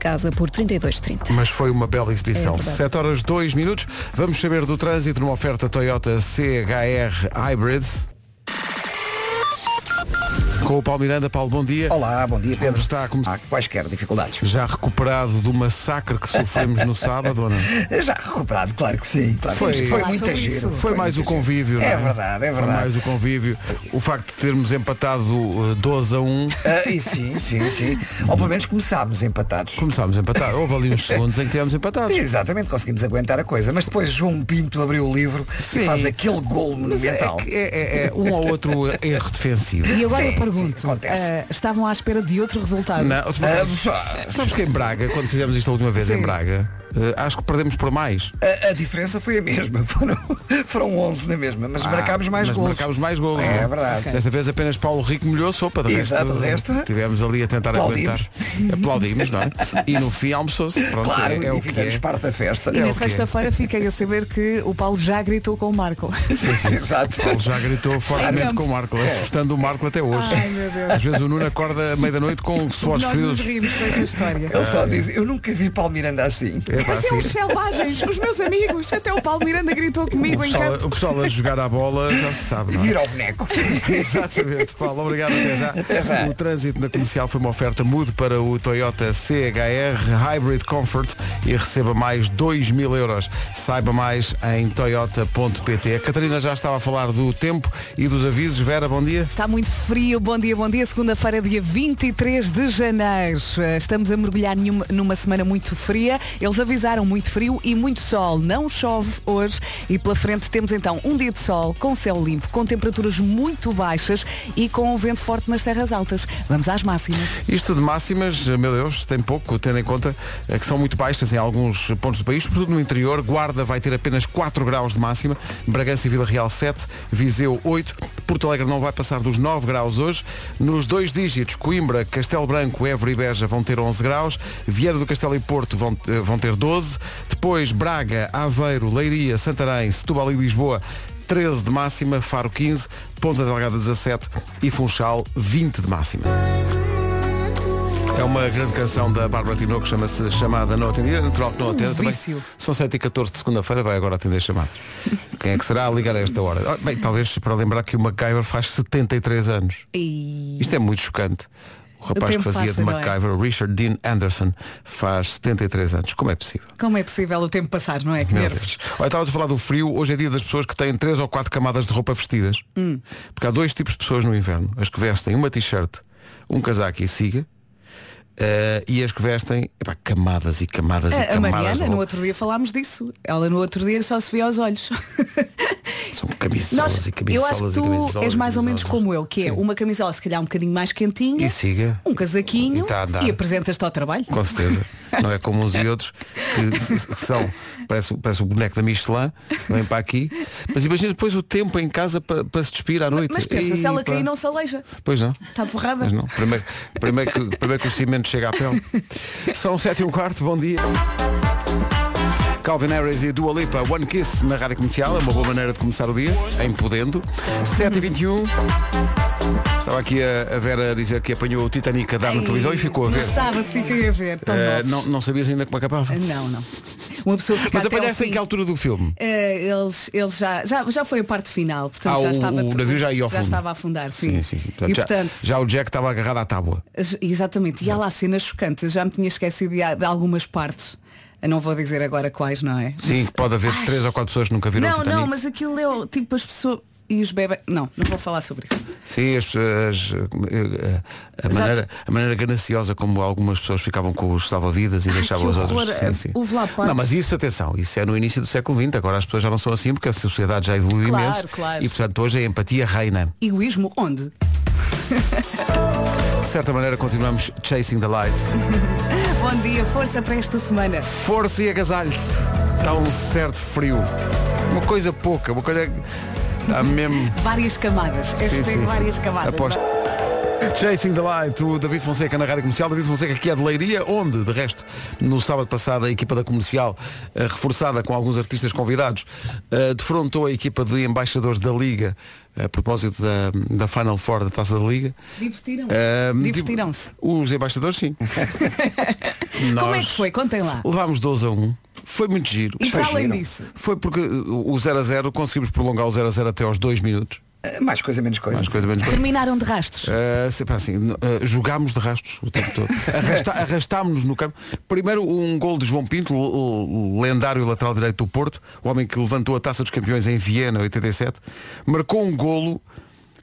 casa por 32,30. Mas foi uma bela exibição. É verdade. 7 horas 2 minutos. Vamos saber do trânsito numa oferta Toyota CHR Hybrid. Com o Paulo Miranda. Paulo, bom dia. Olá, bom dia Como Pedro. está? Como- Há quaisquer dificuldades. Já recuperado do massacre que sofremos no sábado, ou não? Já recuperado, claro que sim. Claro Foi- que sim. Vamos foi falar muito sobre giro. isso. Foi mais o muito giro. convívio, não é? É verdade, é Foi verdade. mais o convívio. O facto de termos empatado eh, 12 a 1, Ah, e sim, sim, sim. Ou pelo menos começámos empatados. começámos a empatar. Houve ali uns segundos em que tivemos empatados. Exatamente, conseguimos aguentar a coisa. Mas depois João Pinto abriu o livro Sim. e faz aquele gol monumental. É, é- é um ou outro erro defensivo. E agora Sim, eu pergunto, sim, acontece. ah, estavam à espera de outro resultado? Não, tu- Ah, já. sabes que em Braga, quando fizemos isto a última vez em Braga, eh, acho que perdemos por mais. A, a diferença foi a mesma. Foram, foram 11 na mesma, mas marcámos mais Ah, mas gols. Marcámos mais gols. É, não verdade. Desta vez apenas Paulo Rico molhou a sopa. De Exato, resto, de resto, Tivemos ali a tentar aplaudimos. aguentar. Aplaudimos, não é? E no fim almoçou-se. Pronto, Claro, é, é o e que é. fizemos parte da festa. E É na o que é. sexta-feira fiquei a saber que o Paulo já gritou com o Marco. Exato. Paulo já gritou Em fortemente campo. com o Marco, assustando o Marco até hoje. Ai, meu Deus. Às vezes o Nuno acorda à meia-noite com suores Nós frios. nos rimos com essa história. Ele só diz, eu nunca vi Paulo Miranda assim. É pá, Mas é assim, os selvagens, os meus amigos, até o Paulo Miranda gritou o, comigo em pessoal, campo. o pessoal a jogar à bola já se sabe, não é? Vira o boneco. Exatamente, Paulo. Obrigado até já. já. O trânsito na comercial foi uma oferta mude para o Toyota CHR Hybrid Comfort e receba mais 2 mil euros. Saiba mais em toyota.pt. A Catarina já estava a falar do tempo e dos avisos. Vera, bom dia. Está muito frio, bom dia, bom dia. Segunda-feira, dia 23 de janeiro. Eh, Estamos a mergulhar numa, numa semana muito fria. Eles avisaram muito frio e muito sol. Não chove hoje e pela frente temos então um dia de sol, com céu limpo, com temperaturas muito baixas e com um vento forte nas terras altas. Vamos às máximas. Isto de máximas, meu Deus, tem pouco, tendo em conta eh, que são muito baixas em alguns pontos do país, sobretudo no interior. Guarda vai ter apenas 4 graus de máxima, Bragança e Vila Real 7, Viseu 8, Porto Alegre não vai passar dos 9 graus hoje. Nos dois dígitos, Coimbra, Castelo Branco, Évora e Beja vão ter 11 graus, Vieira do Castelo e Porto vão, eh, vão ter 12, depois Braga, Aveiro, Leiria, Santarém, Setúbal e Lisboa 13 de máxima, Faro 15, Ponta Delgada 17 e Funchal 20 de máxima. É uma grande canção da Bárbara Tinoco, que chama-se Chamada Não Atendida, natural que não atenda também. Um vício. São 7 e 14 de segunda-feira, vai agora atender chamada. Quem é que será a ligar a esta hora? Ah, Bem, talvez para lembrar que o MacGyver faz 73 anos. E... Isto é muito chocante. O rapaz que tempo fazia de passa, não é? MacGyver, o Richard Dean Anderson, faz 73 anos. Como é possível? Como é possível o tempo passar, não é? Que Meu nervos. Deus. Olha, estavas a falar do frio. Hoje é dia das pessoas que têm três ou quatro camadas de roupa vestidas. Hum. Porque há dois tipos de pessoas no inverno. As que vestem uma t-shirt, um casaco e siga. eh, e as que vestem epá, camadas e camadas e A, a camadas de Mariana, roupa. no outro dia falámos disso. Ela no outro dia só se via aos olhos. São camisolas Nós, e eu camisolas acho que e tu camisolas és e mais ou menos camisolas. como eu, que é uma camisola se calhar um bocadinho mais quentinha, E siga. um E casaquinho tá a andar. e, apresentas-te ao trabalho. Com certeza. Não é como uns e outros que s- s- são, parece, parece o boneco da Michelin, vem para aqui. Mas imagina depois o tempo em casa para se despir à noite. Mas pensa, se ela Ei, pá. cair não se aleija. Pois não. Está forrada. Mas não. Primeiro, primeiro, que, primeiro que o cimento chega à pele. São 7 e um quarto, bom dia. Calvin Harris e Dua Lipa, One Kiss na Rádio Comercial, é uma boa maneira de começar o dia, em podendo. 7 e 21 Estava aqui a, a Vera a dizer que apanhou o Titanic a dar na televisão e ficou a ver. No sábado fiquei a ver. Tão Eh, novos. não, não sabias ainda como acabava. não, não. Uma pessoa fica Mas até ao apanhaste fim. em que altura do filme? Eh, eles, eles já, já, já foi a parte final, portanto Ah, já o- estava o tu- navio já ia ao fundo. estava a afundar, Portanto, sim. É assim. já, e portanto, já o Jack estava agarrado à tábua. Exatamente, e há lá cenas chocantes, eu já me tinha esquecido de de algumas partes. Eu não vou dizer agora quais, não é? Sim, pode haver Ai. três ou quatro pessoas que nunca viram o Não, Titanic. não, mas aquilo é tipo as pessoas e os bebés. Não, não vou falar sobre isso. Sim, as, pessoas- eh, eh, a, maneira, a maneira gananciosa como algumas pessoas ficavam com os salva-vidas e deixavam que as horror. outras. Sim, sim. Houve lá partes- Não, mas isso, atenção, isso é no início do século XX, agora as pessoas já não são assim porque a sociedade já evoluiu Claro, imenso. claro. E portanto hoje a empatia reina. Egoísmo onde? De certa maneira continuamos chasing the light. Bom dia, força para esta semana. Força e agasalhe-se. Está um certo frio. Uma coisa pouca, uma coisa. Há mesmo. Várias camadas. Sim, Esta é sim, sim. várias camadas. Aposto. Chasing the Light, o David Fonseca na Rádio Comercial. David Fonseca que é de Leiria, onde, de resto, no sábado passado a equipa da Comercial, eh, reforçada com alguns artistas convidados, eh, defrontou a equipa de embaixadores da Liga eh, a propósito da, da Final Four da Taça da Liga. Divertiram-se. Eh, Divertiram-se. tipo, Os embaixadores, sim. Como é Nós que foi? Contem lá. Levámos 12 a 1. Foi muito giro. E para além giro. disso, Foi porque uh, o 0 a 0 conseguimos prolongar o 0 a 0 até aos 2 minutos. Eh, Mais coisa, menos coisa. Mais coisa, menos coisa. terminaram de rastos. Uh, sempre assim, n- uh, jogámos de rastos o tempo todo. Arrasta, arrastámos-nos no campo. Primeiro um gol de João Pinto, o, o lendário lateral direito do Porto, o homem que levantou a taça dos campeões em Viena, 87, marcou um golo,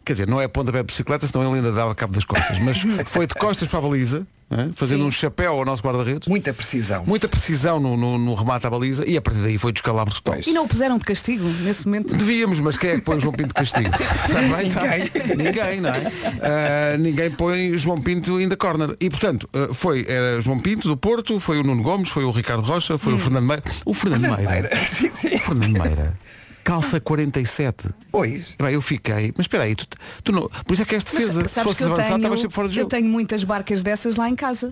quer dizer, não é pontapé de bicicleta, senão ele ainda dava cabo das costas, mas foi de costas para a baliza, né, fazendo um chapéu ao nosso guarda-redes. Muita precisão. Muita precisão no, no, no remate à baliza e a partir daí foi descalabro total. Pois. E não o puseram de castigo nesse momento? Devíamos, mas quem é que põe o João Pinto de castigo? Está bem, está bem. Ninguém, não é? Ah, ninguém põe João Pinto in the corner. E portanto, ah, foi era João Pinto do Porto, foi o Nuno Gomes, foi o Ricardo Rocha, Hum. foi o Fernando Meira. O Fernando Meira. Sim, sim. O Fernando Meira. Calça 47. Pois. Bem, eu fiquei. Mas espera aí, tu, tu não... por isso é que és Mas defesa. Se sabes que fosses eu avançado, tenho, estavas sempre fora de eu jogo. tenho muitas barcas dessas lá em casa.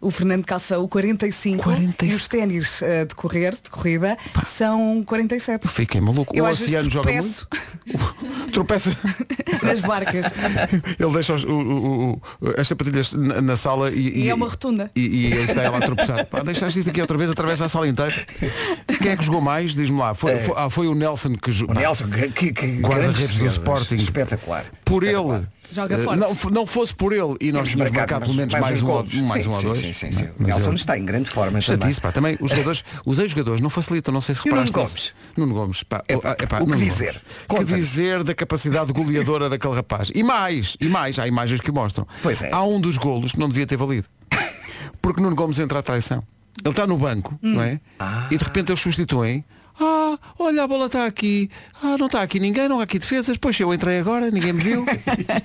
O Fernando calça o 45 45. e os ténis eh, de correr, de corrida, são 47. Fiquei maluco. Eu o às vezes oceano joga tropeço. muito. Tropeça. nas barcas. Ele deixa os- o- o- o- as sapatilhas na, na sala e, E é uma rotunda. E, e aí está ela a tropeçar. Pá, deixaste isto aqui outra vez, atravessa a sala inteira. Quem é que jogou mais? Diz-me lá. Foi, foi- ah, foi o Nelson que É. O jogou. Nelson, que, que, que grandes Guarda-redes do defesas. Sporting. Espetacular. Por Espetacular. ele. Joga eh, forte. Não, f- não fosse por ele e nós Temos tínhamos marcado pelo menos mais, uns um, ou- golos. mais Sim, um ou sim, dois. Sim, sim, sim. O Mas Nelson ele- está em grande forma também. Chatice, pá, também os jogadores, os ex-jogadores não facilitam, não sei se E o Nuno reparaste. nisso. Nuno Gomes, pá, Epá, ah, epá, o que Nuno dizer? Gomes. Que Conta-nos. dizer da capacidade goleadora daquele rapaz? E mais, e mais, há imagens que o mostram. Pois é. Há um dos golos que não devia ter valido. Porque Nuno Gomes entra à traição. Ele está no banco, não é? Hum. E de repente eles substituem. Ah, olha, a bola está aqui. Ah, não está aqui ninguém, não há aqui defesas. Pois eu entrei agora, ninguém me viu. é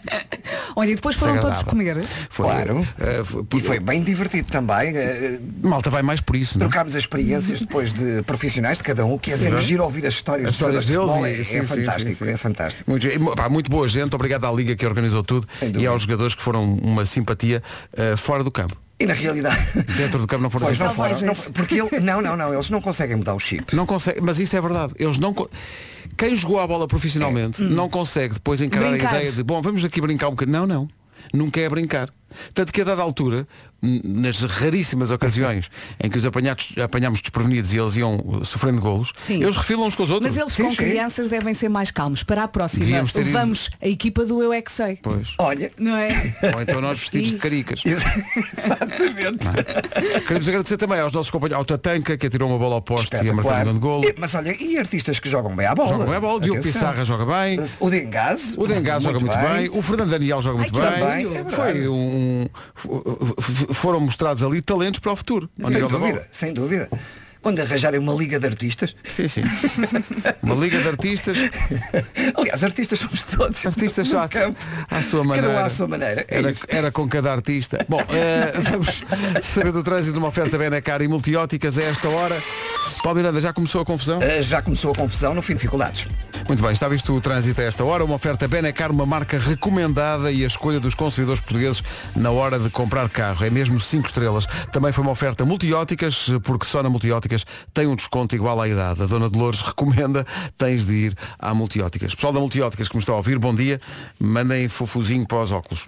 Olha, e depois foram todos comer. Desagradável. Foi, Claro. eh, foi- Uhum. E foi bem divertido também. eh, Malta vai mais por isso, não é? Trocámos as experiências depois de profissionais de cada um, que é sempre giro ouvir as histórias, As histórias de deles futebol, e- é, sim, é sim, fantástico, sim, sim. é fantástico. Muito, e, pá, muito boa gente, obrigado à Liga que organizou tudo Sem dúvida. e aos jogadores que foram uma simpatia eh, fora do campo. E na realidade. Dentro do campo não foram Pois não simpatia. foram, não, porque ele, não, não, não, eles não conseguem mudar o chip. Não consegue, mas isso é verdade. Eles não co- Quem jogou a bola É. profissionalmente Hum. não consegue depois encarar Brincar. a ideia de bom, vamos aqui brincar um bocadinho. Não, não. Nunca é brincar. Tanto que a dada altura, n- nas raríssimas ocasiões em que os apanhados, apanhámos desprevenidos e eles iam eh, sofrendo golos, Sim. eles refilam uns com os outros. Mas eles Sim, com sim. crianças devem ser mais calmos. Para a próxima, Devíamos ter ido. vamos a equipa do Eu É Que Sei. Pois. Olha. Não é? Ou então nós vestidos de caricas. Exatamente. é? Queremos agradecer também aos nossos companheiros, ao Tatanka, que atirou uma bola ao poste e a marcar um Espetacular. grande golo. E- Mas olha, e artistas que jogam bem à bola? Joga bem a bola, o Diogo Atenção. Pissarra joga bem, O Dengaze. o Dengas joga muito bem, o Fernando Daniel joga muito que bem. também, é verdade. Foi um. f- f- Foram mostrados ali talentos para o futuro. ao Sem nível da bola. dúvida, sem dúvida. Quando arranjarem uma liga de artistas, Sim, sim. Uma liga de artistas, aliás, artistas somos todos. artistas só No à, campo. à sua Cada um maneira. à sua maneira. É Era, isso. era com cada artista. Bom, eh, vamos saber do trânsito uma oferta bem na cara e multióticas a esta hora. Paulo Miranda, já começou a confusão? Ah, Já começou a confusão, não fim dificuldades. Muito bem, está visto o trânsito a esta hora. Uma oferta Benecar, uma marca recomendada e a escolha dos consumidores portugueses na hora de comprar carro. É mesmo 5 estrelas. Também foi uma oferta multióticas, porque só na multióticas tem um desconto igual à idade. A dona Dolores recomenda, tens de ir à multióticas. Pessoal da multióticas que me está a ouvir, bom dia. Mandem fofuzinho para os óculos.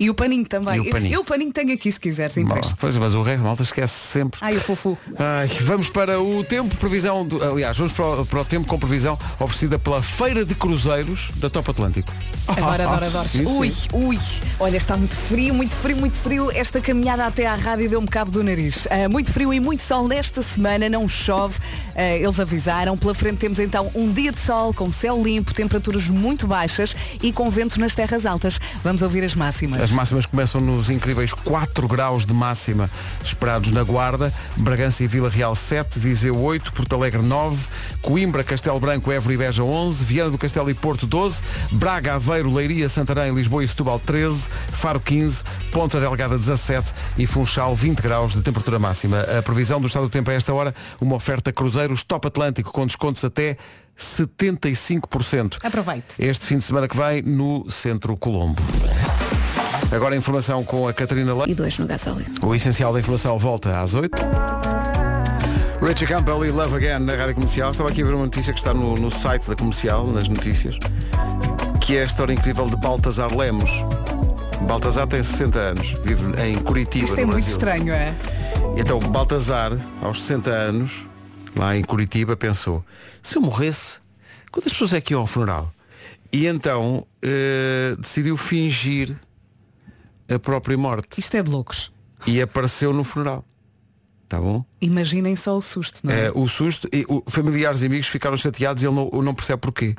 E o paninho também. E o paninho. Eu o paninho tenho aqui se quiseres empreste. Pois, mas o resto, malta, esquece sempre. Ai, o fofo. Ai, vamos para o tempo, previsão, do- aliás, vamos para o, para o tempo com previsão oferecida pela Feira de Cruzeiros da Top Atlântico. Adoro, Ah, adoro, ah, adoro. sim, sim. Ui, ui. Olha, está muito frio, muito frio, muito frio. Esta caminhada até à rádio deu-me cabo do nariz. Ah, muito frio e muito sol nesta semana, não chove. Ah, eles avisaram. Pela frente temos então um dia de sol com céu limpo, temperaturas muito baixas e com vento nas terras altas. Vamos ouvir as máximas. As máximas começam nos incríveis 4 graus de máxima esperados na Guarda, Bragança e Vila Real 7, Viseu 8, Porto Alegre 9, Coimbra, Castelo Branco, Évora e Beja 11, Viana do Castelo e Porto 12, Braga, Aveiro, Leiria, Santarém, Lisboa e Setúbal 13, Faro 15, Ponta Delgada 17 e Funchal 20 graus de temperatura máxima. A previsão do estado do tempo a esta hora, uma oferta cruzeiros top atlântico com descontos até 75%. Aproveite. Este fim de semana que vem no Centro Colombo. Agora a informação com a Catarina Leite. e dois no gasóleo. O essencial da informação volta às 8. Richie Campbell e Love Again na Rádio Comercial. Estava aqui a ver uma notícia que está no, no site da Comercial, nas notícias, que é a história incrível de Baltazar Lemos. Baltazar tem 60 anos, vive em Curitiba, Isto no é muito Brasil. estranho, é? Então, Baltazar, aos 60 anos, lá em Curitiba, pensou, se eu morresse, quantas pessoas é que iam ao funeral? E então eh, decidiu fingir a própria morte Isto é de loucos. e apareceu no funeral. Tá bom? Hum. Imaginem só o susto, não é? Eh, o susto, e, o- familiares e amigos ficaram chateados e ele não, não percebe porquê.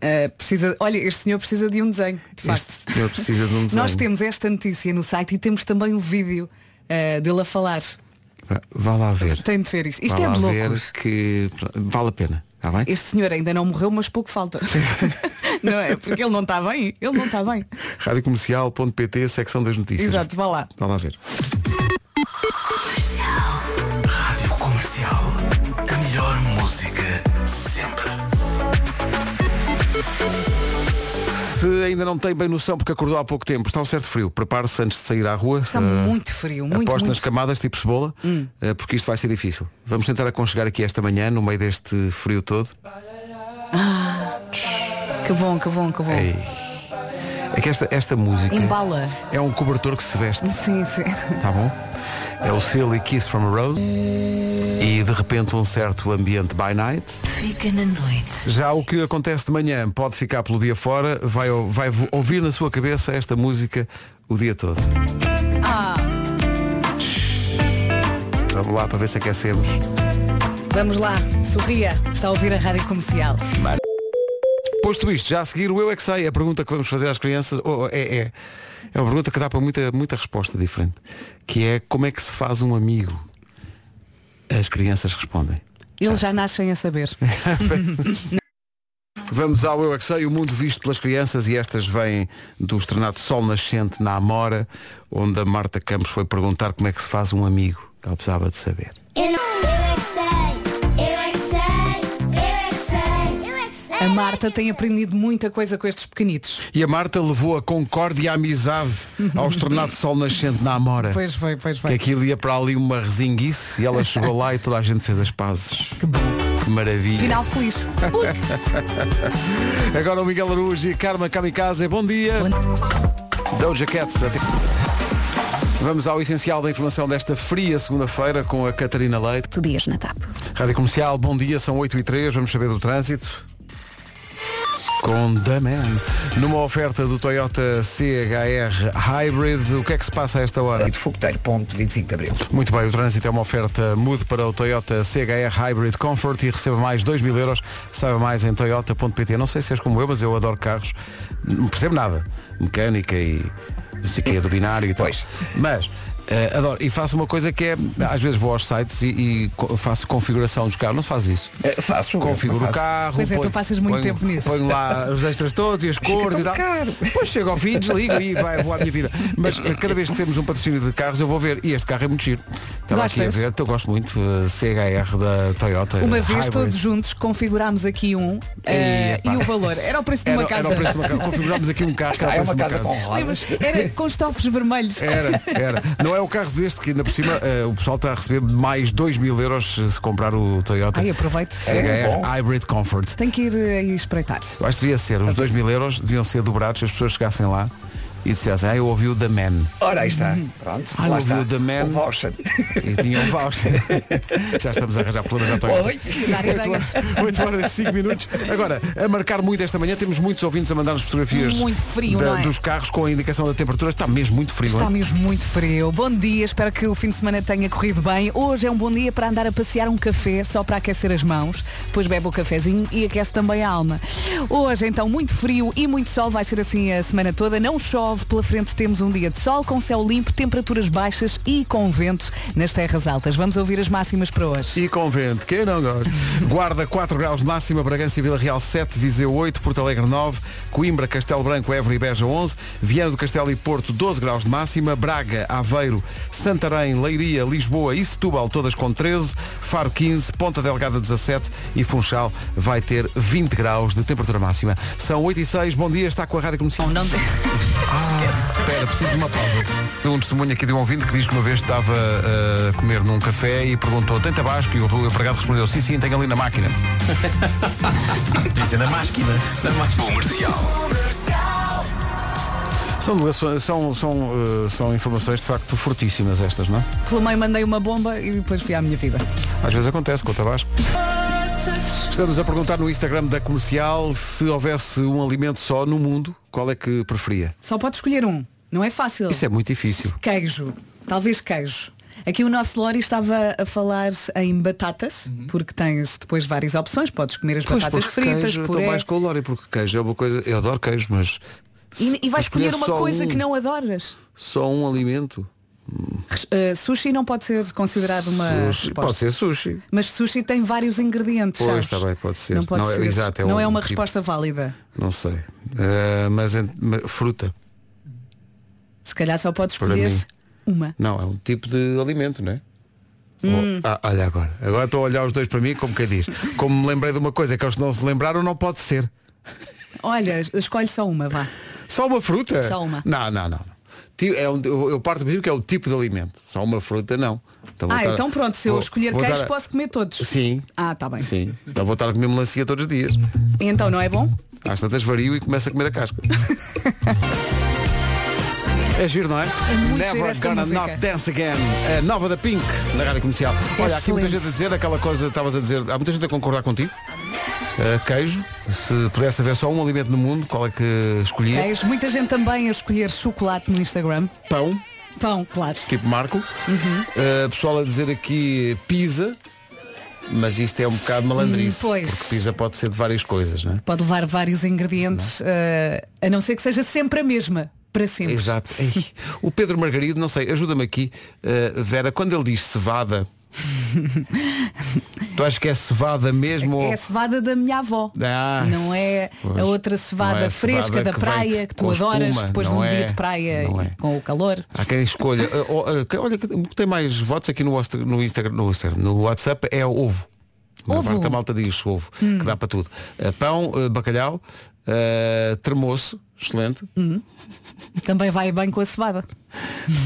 Eh, precisa, olha, este senhor precisa de um desenho, de facto. Este senhor precisa de um desenho. Nós temos esta notícia no site e temos também o vídeo eh, dele a falar. Vá- Ah, Vá lá ver. Tem de ver isto. Isto Vá é lá de ver loucos. que vale a pena. Está bem? Este senhor ainda não morreu, mas pouco falta. não é? Porque ele não está bem. Ele não está bem. Radiocomercial.pt, secção das notícias. Exato, vá lá. Vá lá ver. Rádio Comercial. A melhor música sempre. Se ainda não tem bem noção porque acordou há pouco tempo, está um certo frio. Prepare-se antes de sair à rua. Está Eh, muito frio, muito, Aposto muito Hum. nas camadas tipo cebola, eh, porque isto vai ser difícil. Vamos tentar aconchegar aqui esta manhã, no meio deste frio todo. frio. Que bom, que bom, que bom. Ei. É que esta, esta música Embala. é um cobertor que se veste, Sim, sim. tá bom? É o Silly Kiss from a Rose e de repente um certo ambiente by night. Fica na noite. Já o que acontece de manhã pode ficar pelo dia fora, vai, ou- vai vo- ouvir na sua cabeça esta música o dia todo. Vamos lá para ver se aquecemos. Vamos lá, sorria. Está a ouvir a rádio comercial. Posto isto, já a seguir o Eu é que sei, a pergunta que vamos fazer às crianças oh, é, é, é uma pergunta que dá para muita, muita resposta diferente, que é como é que se faz um amigo? As crianças respondem. Eles já nascem a saber. Vamos ao Eu é que Sei, o mundo visto pelas crianças e estas vêm do estrenado Sol Nascente na Amora, onde a Marta Campos foi perguntar como é que se faz um amigo. Ela precisava de saber. Eu, não... eu é que sei, eu é que sei, eu é que sei, eu é que sei. A Marta tem aprendido muita coisa com estes pequenitos. E a Marta levou a concórdia e a amizade ao estrenado Sol Nascente na Amora. Pois foi, pois Que é foi. aquilo ia para ali uma resinguice e ela chegou lá e toda a gente fez as pazes. Que bom. Que maravilha. Final feliz. Agora o Miguel Araújo e a Karma Kamikaze. Bom dia. Doja Cat. até- Vamos ao essencial da informação desta fria segunda-feira com a Catarina Leite. Tu dias na TAP. Rádio Comercial, bom dia, são 8 e 3 vamos saber do trânsito. Com The Man. Numa oferta do Toyota CHR Hybrid, o que é que se passa a esta hora? E de Fogoteiro, ponto 25 de Abril. Muito bem, o trânsito é uma oferta mude para o Toyota CHR Hybrid Comfort e receba mais 2 mil euros. Saiba mais em toyota.pt. Não sei se és como eu, mas eu adoro carros. Não percebo nada. Mecânica e não sei o que, do binário e tal. Pois. Mas eh, adoro. E faço uma coisa que é, às vezes vou aos sites e, e co- faço configuração dos carros. Não faz isso. Eh, faço. Configuro o faço. carro. Pois é, tu ponho- passas muito ponho- tempo nisso. Ponho lá os extras todos e as cores e tão tal. caro. Depois chego ao fim, desligo e vai voar a minha vida. Mas eh, cada vez que temos um patrocínio de carros, eu vou ver. E este carro é muito giro. Estava aqui a Gostas? ver, eu gosto muito. eh, CHR da Toyota. Uma vez Hybrid. todos juntos configurámos aqui um eh, epá. e o valor. Era o preço de Era, uma era casa. o preço de uma casa. Configurámos aqui um carro. que era Ah, é o preço uma de É. casa com rodas. Lembras? É. Era com estofos vermelhos. Era, era. Não é o carro deste que ainda por cima eh, o pessoal está a receber mais 2 mil euros eh, se comprar o Toyota Ai, aproveite. CHR É, bom. Hybrid Comfort. Tem que ir eh, aí espreitar. Eu acho que devia ser, os 2 mil euros deviam ser dobrados se as pessoas chegassem lá e dissessem, ah, eu ouvi o The Man. Ora, aí está. Pronto, Ah, lá ouvi está. o The Man. O voucher. E tinham um voucher. Já estamos a arranjar problemas à Toyota. Oi. Dar ideias. 8 horas e 5 minutos. Agora, a marcar muito esta manhã, temos muitos ouvintes a mandar-nos fotografias Muito frio, da- não é? dos carros com a indicação da temperatura. Está mesmo muito frio. Está hein? mesmo muito frio. Bom dia, espero que o fim de semana tenha corrido bem. Hoje é um bom dia para andar a passear um café só para aquecer as mãos, depois bebe o cafezinho e aquece também a alma. Hoje, então, muito frio e muito sol, vai ser assim a semana toda. Não chove, pela frente temos um dia de sol com céu limpo, temperaturas baixas e com vento nas terras altas. Vamos ouvir as máximas para hoje. E com vento, quem não gosta? Guarda 4 graus de máxima, Bragança e Vila Real 7, Viseu 8, Porto Alegre 9, Coimbra, Castelo Branco, Évora e Beja 11, Viana do Castelo e Porto 12 graus de máxima, Braga, Aveiro, Santarém, Leiria, Lisboa e Setúbal todas com 13, Faro 15, Ponta Delgada 17 e Funchal vai ter 20 graus de temperatura máxima. São 8 e 6, bom dia, está com a Rádio Comercial. Não tem- Espera, preciso de uma pausa. Dou um testemunho aqui de um ouvinte que diz que uma vez estava uh, a comer num café e perguntou, tem tabasco? E o Rui empregado respondeu, sim, sim, tem ali na máquina. Dizem na máquina. Na máquina. Comercial. São, delegações- são, são, uh, são informações de facto fortíssimas estas, não é? Pelo meio mandei uma bomba e depois fui à minha vida. Às vezes acontece com o Tabasco. Estamos a perguntar no Instagram da comercial se houvesse um alimento só no mundo, qual é que preferia? Só pode escolher um. Não é fácil. Isso é muito difícil. Queijo. Talvez queijo. Aqui o nosso Lori estava a falar em batatas, Uhum. porque tens depois várias opções. Podes comer as batatas porque fritas, queijo, eu estou puré. mais com o Lori porque queijo é uma coisa, eu adoro queijo, mas E, e vais escolher uma só coisa um- que não adoras. só um alimento. Res- eh, sushi não pode ser considerado uma Sushi. resposta. Pode ser sushi. Mas sushi tem vários ingredientes. Pois, sabes? está bem, pode ser. Não pode Não é- ser. exato, é não um é uma tipo- resposta válida. Não sei. Ah, mas, ent- mas fruta. Se calhar só podes Para escolher mim. uma. Não, é um tipo de alimento, não é? Hum. Oh, ah, olha agora. Agora estou a olhar os dois para mim como que diz. Como me lembrei de uma coisa que eles não se lembraram, não pode ser. Olha, escolhe só uma, vá. Só uma fruta? Só uma. Não, não, não. Ti- É um, eu eu parto do princípio que é o tipo de alimento. Só uma fruta, não. Então vou Ah, estar- então pronto, se eu vou- escolher vou queijo, estar- posso comer todos. Sim. Ah, tá bem. Sim. Então vou estar a comer melancia todos os dias. Então não é bom? Às tantas vario e começo a comer a casca. É giro, não é? muito giro Never esta gonna música. not dance again. A nova da Pink, na rádio comercial. Olha, há aqui muita Excelente. gente a dizer aquela coisa que estavas a dizer. Há muita gente a concordar contigo. Uh, queijo, se pudesse haver só um alimento no mundo, qual é que escolhia? Queijo. Muita gente também a escolher chocolate no Instagram. Pão, Pão, claro. tipo Marco. Uhum. Uh, pessoal a dizer aqui pizza, mas isto é um bocado malandrice. Hum, pois. Porque pizza pode ser de várias coisas, não é? Pode levar vários ingredientes, eh, a não ser que seja sempre a mesma. Para sempre. Exato. Ei, o Pedro Margarido, não sei, ajuda-me aqui. Uh, Vera, quando ele diz cevada, tu achas que é cevada mesmo? É a ou... cevada da minha avó. Ah, não é pois. a outra Não é cevada a fresca cevada da que vem praia que tu com espuma, adoras depois de um não é? dia de praia Não e é. com o calor. Há quem escolha. Uh, oh, uh, que- olha, o que tem mais votos aqui no, Osta- no Instagram, no, Instagram, no WhatsApp é o ovo. Na Ovo? Hum. parte da malta diz ovo, que dá para tudo. Uh, pão, uh, bacalhau, uh, termoço, excelente. Também vai bem com a cevada.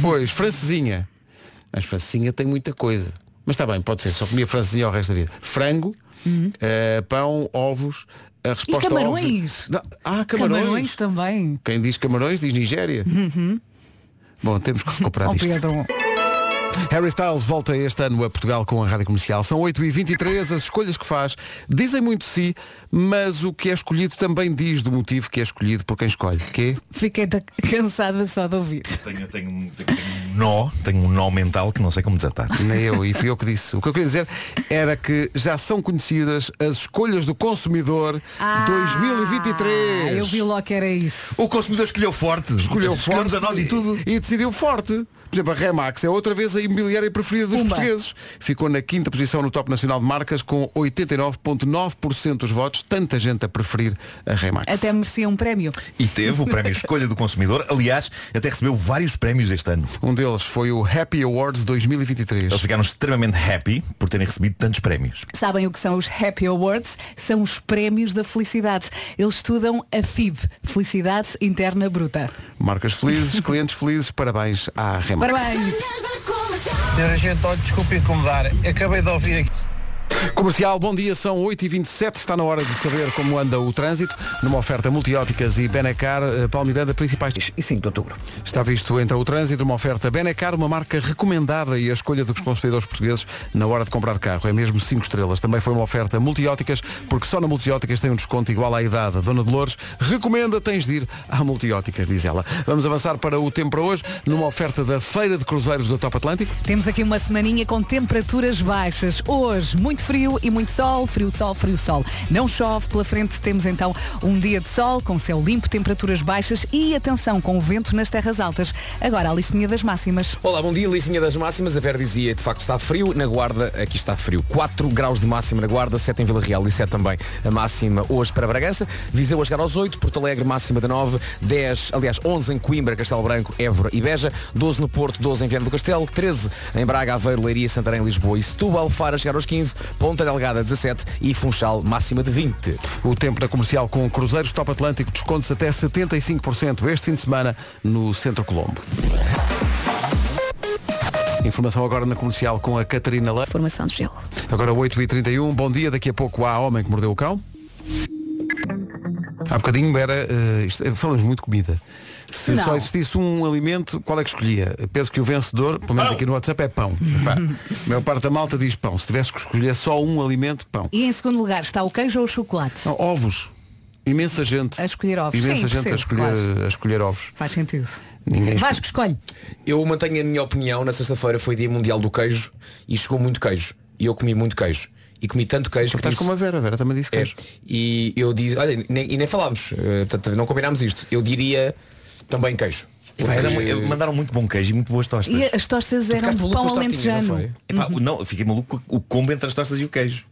Pois, francesinha. Mas francesinha tem muita coisa. Mas está bem, pode ser. Só comia francesinha o resto da vida. Frango, eh, pão, ovos. A resposta camarões? Óbvia... Não, Ah, camarões. também. Quem diz camarões diz Nigéria. Bom, temos que recuperar Oh, isto. Pedro. Harry Styles volta este ano a Portugal com a Rádio Comercial. São 8h23, as escolhas que faz dizem muito de si, mas o que é escolhido também diz do motivo que é escolhido por quem escolhe. Que é? Fiquei da- cansada só de ouvir. Tenho, tenho, um- tenho um nó, tenho um nó mental que não sei como desatar. Nem eu, e fui eu que disse. O que eu queria dizer era que já são conhecidas as escolhas do consumidor 2023. Ah, Eu vi logo que era isso. O consumidor escolheu forte. Escolheu Escolhemos forte a nós e tudo. E decidiu forte. Por exemplo, a Remax é outra vez a imobiliária preferida dos Pumba. portugueses. Ficou na quinta posição no Top Nacional de Marcas com 89,9% dos votos. Tanta gente a preferir a Remax. Até merecia um prémio. E teve o prémio Escolha do Consumidor. Aliás, até recebeu vários prémios este ano. Um deles foi o Happy Awards 2023. Eles ficaram extremamente happy por terem recebido tantos prémios. Sabem o que são os Happy Awards? São os prémios da felicidade. Eles estudam a FIB, Felicidade Interna Bruta. Marcas felizes, clientes felizes, parabéns à Remax. Parabéns! Senhora gente, olha, desculpe incomodar. Acabei de ouvir aqui. Comercial, bom dia, são 8h27, está na hora de saber como anda o trânsito, numa oferta multióticas e Benacar, eh, Paulo Miranda, principais. E 5 de outubro. Está visto então o trânsito, uma oferta Benacar, uma marca recomendada e a escolha dos consumidores portugueses na hora de comprar carro, é mesmo 5 estrelas. Também foi uma oferta multióticas, porque só na multióticas tem um desconto igual à idade. Dona Dolores recomenda, tens de ir à multióticas, diz ela. Vamos avançar para o tempo para hoje, numa oferta da Feira de Cruzeiros do Top Atlântico. Temos aqui uma semaninha com temperaturas baixas. Hoje, muito frio e muito sol, frio, sol, frio, sol. Não chove, pela frente temos então um dia de sol, com céu limpo, temperaturas baixas e atenção com o vento nas terras altas. Agora a listinha das máximas. Olá, bom dia, listinha das máximas. A Vera dizia, de facto, está frio. Na Guarda, aqui está frio. 4 graus de máxima na Guarda, 7 em Vila Real e 7 também a máxima hoje para Bragança. Viseu a chegar aos 8, Porto Alegre máxima de 9, 10, aliás, 11 em Coimbra, Castelo Branco, Évora e Beja, 12 no Porto, 12 em Viana do Castelo, 13 em Braga, Aveiro, Leiria, Santarém, Lisboa e Setúbal, Faro a chegar aos 15, Ponta Delgada 17 e Funchal máxima de 20. O tempo da comercial com cruzeiros top atlântico descontos até 75% este fim de semana no Centro Colombo. Informação agora na comercial com a Catarina Leite. Formação de gelo. Agora 8h31, bom dia, daqui a pouco há Homem que Mordeu o Cão. Há bocadinho era, eh, isto- eh, falamos muito de comida. Se Não. só existisse um alimento, qual é que escolhia? Penso que o vencedor, pelo menos aqui no WhatsApp, é pão. Pá, a maior parte da malta diz pão. Se tivesse que escolher só um alimento, pão. E em segundo lugar está o queijo ou o chocolate? Não, ovos. Imensa gente. A escolher ovos. Imensa Sim, gente a, percebo, escolher, claro. a escolher ovos. Faz sentido. Ninguém Vasco escolhe. Eu mantenho a minha opinião, na sexta-feira foi dia mundial do queijo e chegou muito queijo. E eu comi muito queijo. E comi tanto queijo que Estás disse- como a Vera, a Vera também disse É, queijo. e eu disse, olha, nem, e nem falámos, eh, portanto, não combinámos isto. Eu diria também queijo. Epá, era Porque- mu- eh, mandaram muito bom queijo e muito boas tostas. E Uhum. as tostas Tu eram ficaste de maluco pão com as tostinhas, não alentejano. Epá, o- Não, eu fiquei maluco com o combo entre as tostas e o queijo.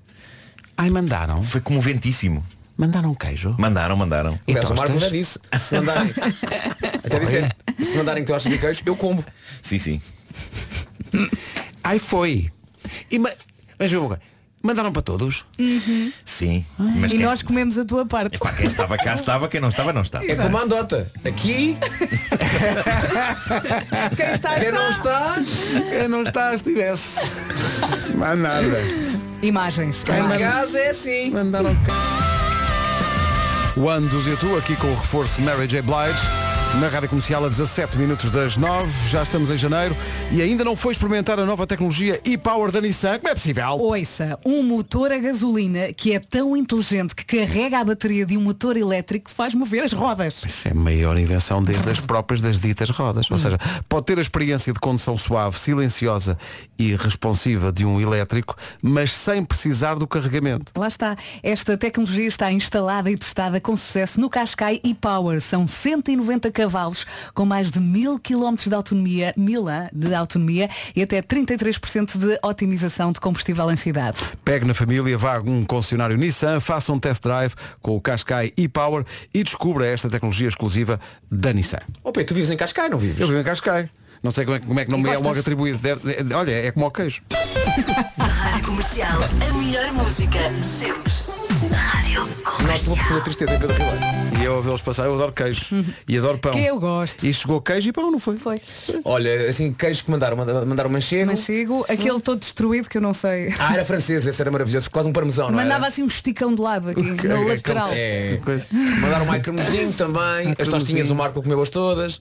Ai, mandaram. Foi comoventíssimo. Mandaram queijo. Mandaram, mandaram. Aliás, o Marco tostas? já disse, se mandarem, até dizer, se mandarem tostas de queijo, eu como. Sim, sim. Ai, foi. E ma... Mas vê uma coisa. Mandaram para todos. Sim. Mas E quem, nós comemos a tua parte. epá, quem estava cá estava, quem não estava, não estava. É como a andota. Aqui, Quem está, quem não está. está, Eu não está, estivesse. Mas nada. Imagens. em imagens. casa é assim. Mandaram queijo. One dos Etu, aqui com o reforço Mary J. Blige. Na Rádio Comercial a 17 minutos das 9, já estamos em janeiro e ainda não foi experimentar a nova tecnologia e-Power da Nissan, como é possível? Ouça, um motor a gasolina que é tão inteligente que carrega a bateria de um motor elétrico que faz mover as rodas. Isso é a maior invenção desde as próprias das ditas rodas. Ou seja, pode ter a experiência de condução suave, silenciosa e responsiva de um elétrico, mas sem precisar do carregamento. Lá está. Esta tecnologia está instalada e testada com sucesso no Cascai e Power. São 190 cavalos com mais de 1000 km de autonomia, 1000 hã, de autonomia e até 33% de otimização de combustível em cidade. Pegue na família, vá a um concessionário Nissan, faça um test drive com o Qashqai e-Power e descubra esta tecnologia exclusiva da Nissan. Ó Pedro, tu vives em Cascais, não vives? Eu vivo em Qashqai. Não sei como é, como é que não E me é gostas? logo atribuído. Deve- é- olha, é como ao queijo. Rádio Comercial. A melhor música sempre. Rádio Nós Comercial. pela- pela tristeza em Pedro Ribeiro. E eu a vê-los passar, eu adoro queijo. E adoro pão. Que eu gosto. E chegou queijo e pão, não foi? Foi. Olha, assim, queijo que mandaram, manda- mandaram manchego. Mas chego, aquele todo destruído que eu não sei. Ah, era francês, esse era maravilhoso, quase um parmesão, não Mandava era? assim um esticão de lado aqui, Ok, na ok, lateral. É. Que coisa. Mandaram mais cremosinho também, as tostinhas o Marco comeu-as todas.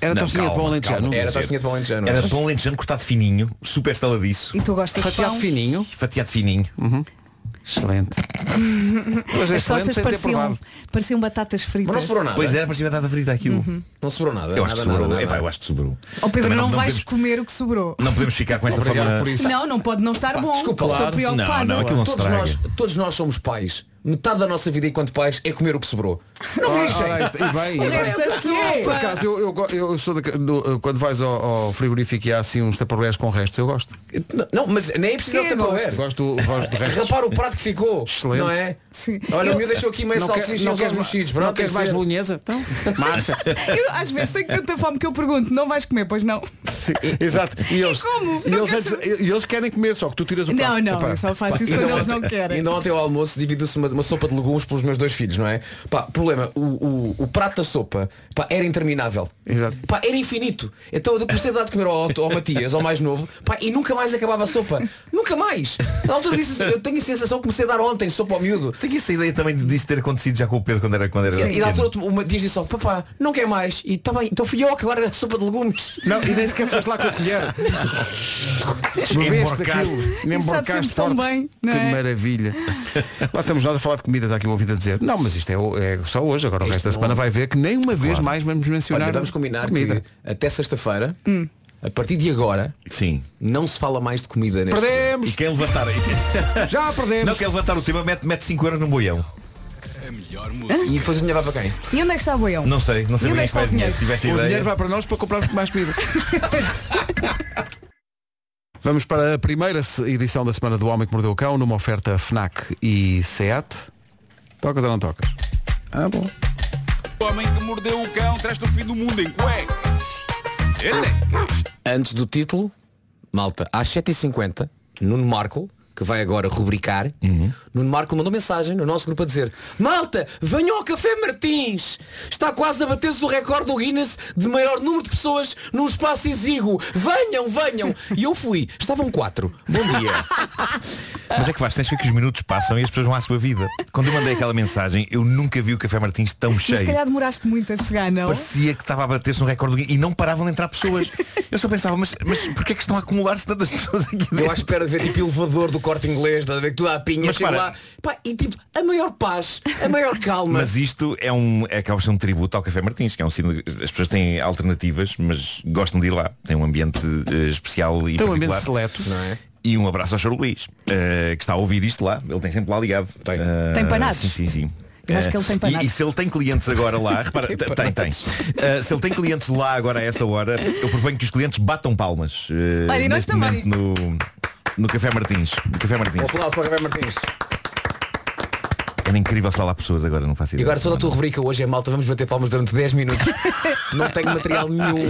Era Não, tostinha de pão calma, alentejano. calma. Era tostinha de pão alentejano. Era pão lentejano cortado fininho, super estaladiço, E tu gostas Fatiado de pão? fininho. fatiado fininho. Excelente. Mas é As excelente tostas sem ter pareciam, provado. pareciam batatas fritas. Mas não sobrou nada. Pois era, parecia batata frita aquilo. Não sobrou nada. Eu acho nada, que sobrou. nada, nada. Epá, eu acho que sobrou. Ó Uhum. Oh, Pedro, Também não, vais podemos, comer o que sobrou. não podemos ficar com esta Obrigado forma. por isso. Não, não pode não estar bom. desculpa lá. Estou Não, preocupada. não, aquilo não se todos, estraga. nós, todos nós somos pais. Metade da nossa vida enquanto pais é comer o que sobrou. Não Ora, lixem. ora, isto- é- e bem, e O bem. resto é Por sopa. acaso, eu, eu, go- eu sou da, do- eh, quando vais ao, ao frigorífico e há assim uns taparés com restos, eu gosto. Não, mas nem é preciso Quem ter é para gosto? ver. Gosto, gosto de restos. Rapar o prato que ficou. Excelente. Não é? Sim. Olha, Eu- o meu deixou aqui meio Não, quer- salsicha e não uns ovos queres, um mexidos. não Pronto, queres tem que mais ser. bolonhesa? Então, marcha. Eu, às vezes tenho tanta fome que eu pergunto, não vais comer, pois não? Sim, exato. E eles, como? E Não eles, quer antes- e eles querem comer, só que tu tiras o Não, prato. não, Epá. eu só faço isso Assim quando eles não querem. Ainda ontem ao almoço dividiu-se uma, uma sopa de legumes pelos meus dois filhos, não é? Pá, problema, o, o, o prato da sopa pá, era interminável. Exato. Pá, era infinito. Então eu comecei a dar de comer ao, ao Matias, ao mais novo, pá, e nunca mais acabava a sopa. Nunca mais. Na altura disse assim, eu tenho a sensação que comecei a dar ontem sopa ao miúdo. Tenho essa ideia também de disso ter acontecido já com o Pedro quando era quando era. E, e na pequeno. altura o Matias disse só, papá, não quer mais. E está bem, então fui eu que agora era sopa de legumes. Não, e nem sequer foste lá com a colher. Bebeste Emborcaste. aquilo. E sabe Emborcaste sempre tão forte. bem, não que é? maravilha. Lá estamos nós a falar de comida, está aqui um ouvido a dizer. Não, mas isto é, o- é só hoje, agora o Isto resto da não- é." semana vai ver que nem uma vez mais vamos mencionar. Olha, vamos combinar comida. que até sexta-feira, Hum. a partir de agora, Sim. não se fala mais de comida neste E Perdemos! quem levantar Já Não perdemos! é quer levantar o tema, mete, mete 5 euros no boião. E depois o dinheiro vai para quem? E onde é que está o boião? Não sei, não sei E onde é bem quem que está o vai dinheiro. dinheiro? Tiveste O ideia. dinheiro vai para nós para comprarmos mais comida. Vamos para a primeira se- edição da Semana do Homem que Mordeu o Cão, numa oferta FNAC e SEAT. Tocas ou não tocas? Ah, bom. O homem que mordeu o cão traz-te o fim do mundo em cuecas. Ele é Antes do título, malta, às 7h50, Nuno Marco, que vai agora rubricar, Uhum. Nuno Marco mandou mensagem no nosso grupo a dizer Malta, venham ao Café Martins! Está quase a bater-se o recorde do Guinness de maior número de pessoas num espaço exíguo. Venham, venham! E eu fui. Estavam quatro. Bom dia. Mas é que vais, tens de ver que os minutos passam e as pessoas vão à sua vida. Quando eu mandei aquela mensagem, eu nunca vi o Café Martins tão Mas se cheio. calhar demoraste muito a chegar, não? Parecia que estava a bater-se um recorde do Guinness e não paravam de entrar pessoas. Eu só pensava, mas, mas porquê é que estão a acumular-se tantas pessoas aqui dentro? Eu à espera de ver tipo elevador do corte inglês, estás a ver que tudo à pinha, Mas chego para. lá, pá, e tipo, a maior paz, a maior calma. Mas isto é um é acaba sendo um tributo ao Café Martins, que é um sino as pessoas têm alternativas, mas gostam de ir lá. Tem um ambiente eh, especial e Tem um ambiente particular. seleto. Não é? E um abraço ao Choro Luís, eh, que está a ouvir isto lá. Ele tem sempre lá ligado. Tem. Eh, Tem panados? Sim, sim, sim. Eu acho Eh, que ele tem e- panados. e, se ele tem clientes agora lá, repara, tem, tem. Eh, se ele tem clientes lá agora a esta hora, eu proponho que os clientes batam palmas. eh, Olha, e nós neste também. momento no, no Café Martins. No Café Martins. Um aplauso para o Gabriel Martins. Era incrível se lá pessoas agora, não faço E ideia. agora toda a Não, tua rubrica hoje é malta, vamos bater palmas durante 10 minutos. Não tenho material nenhum.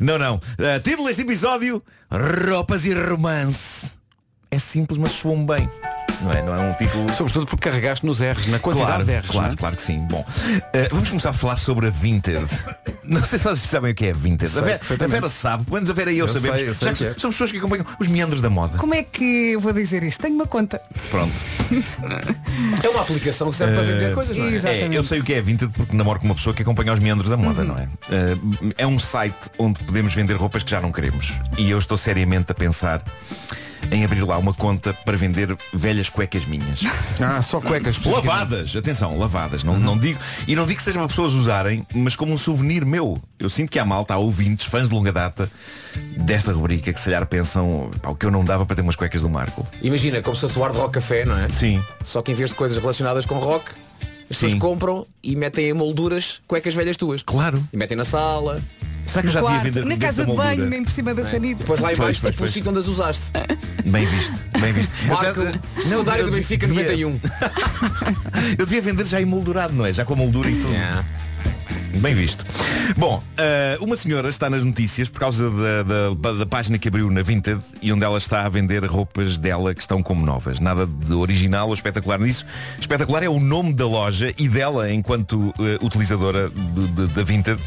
Não, não. Ah, título deste episódio, Roupas e Romance. É simples, mas soam bem. Não é, não é um título. Sobretudo porque carregaste nos R's, na quantidade Claro, de R's. claro, não é? claro que sim. Bom, ah, vamos começar a falar sobre a Vinted. Não sei se vocês sabem o que é a Vinted. Sei, a, Vera, a perfeitamente. Vera sabe, pelo menos a Vera e eu, Eu sabemos. sei, eu sei já o que é. somos pessoas que acompanham os meandros da moda. Como é que eu vou dizer isto? Tenho uma conta. Pronto. É uma aplicação que serve para vender coisas, não é? Exato. Exatamente. É, eu sei o que é Vinted porque namoro com uma pessoa que acompanha os meandros da Uhum. moda, não é? Uh, é um site onde podemos vender roupas que já não queremos. E eu estou seriamente a pensar em abrir lá uma conta para vender velhas cuecas minhas. Ah, só cuecas. lavadas, atenção, lavadas. Uhum. Não, não digo, e não digo que seja para pessoas usarem, mas como um souvenir meu. Eu sinto que há malta, há ouvintes, fãs de longa data desta rubrica que se calhar pensam "Pá, o que eu não dava para ter umas cuecas do Marco. Imagina, como se fosse o Hard Rock Café, não é? Sim. Só que em vez de coisas relacionadas com rock, as pessoas Sim. compram e metem em molduras cuecas velhas tuas. Claro. E metem na sala. Será que eu já Claro, devia vender na dentro casa da de banho, moldura? nem por cima da sanita. Depois lá em Pois, baixo, pois, tipo pois. o sítio onde as usaste. Bem visto, bem visto. Eu já- Marco, Não, secundário eu do Benfica devia- 91. Eu devia vender já emoldurado, não é? Já com a moldura e tudo. Bem visto. Bom, eh, uma senhora está nas notícias por causa da, da- da página que abriu na Vinted e onde ela está a vender roupas dela que estão como novas. Nada de original ou espetacular nisso. Espetacular é o nome da loja e dela enquanto eh, utilizadora do- do- da Vinted.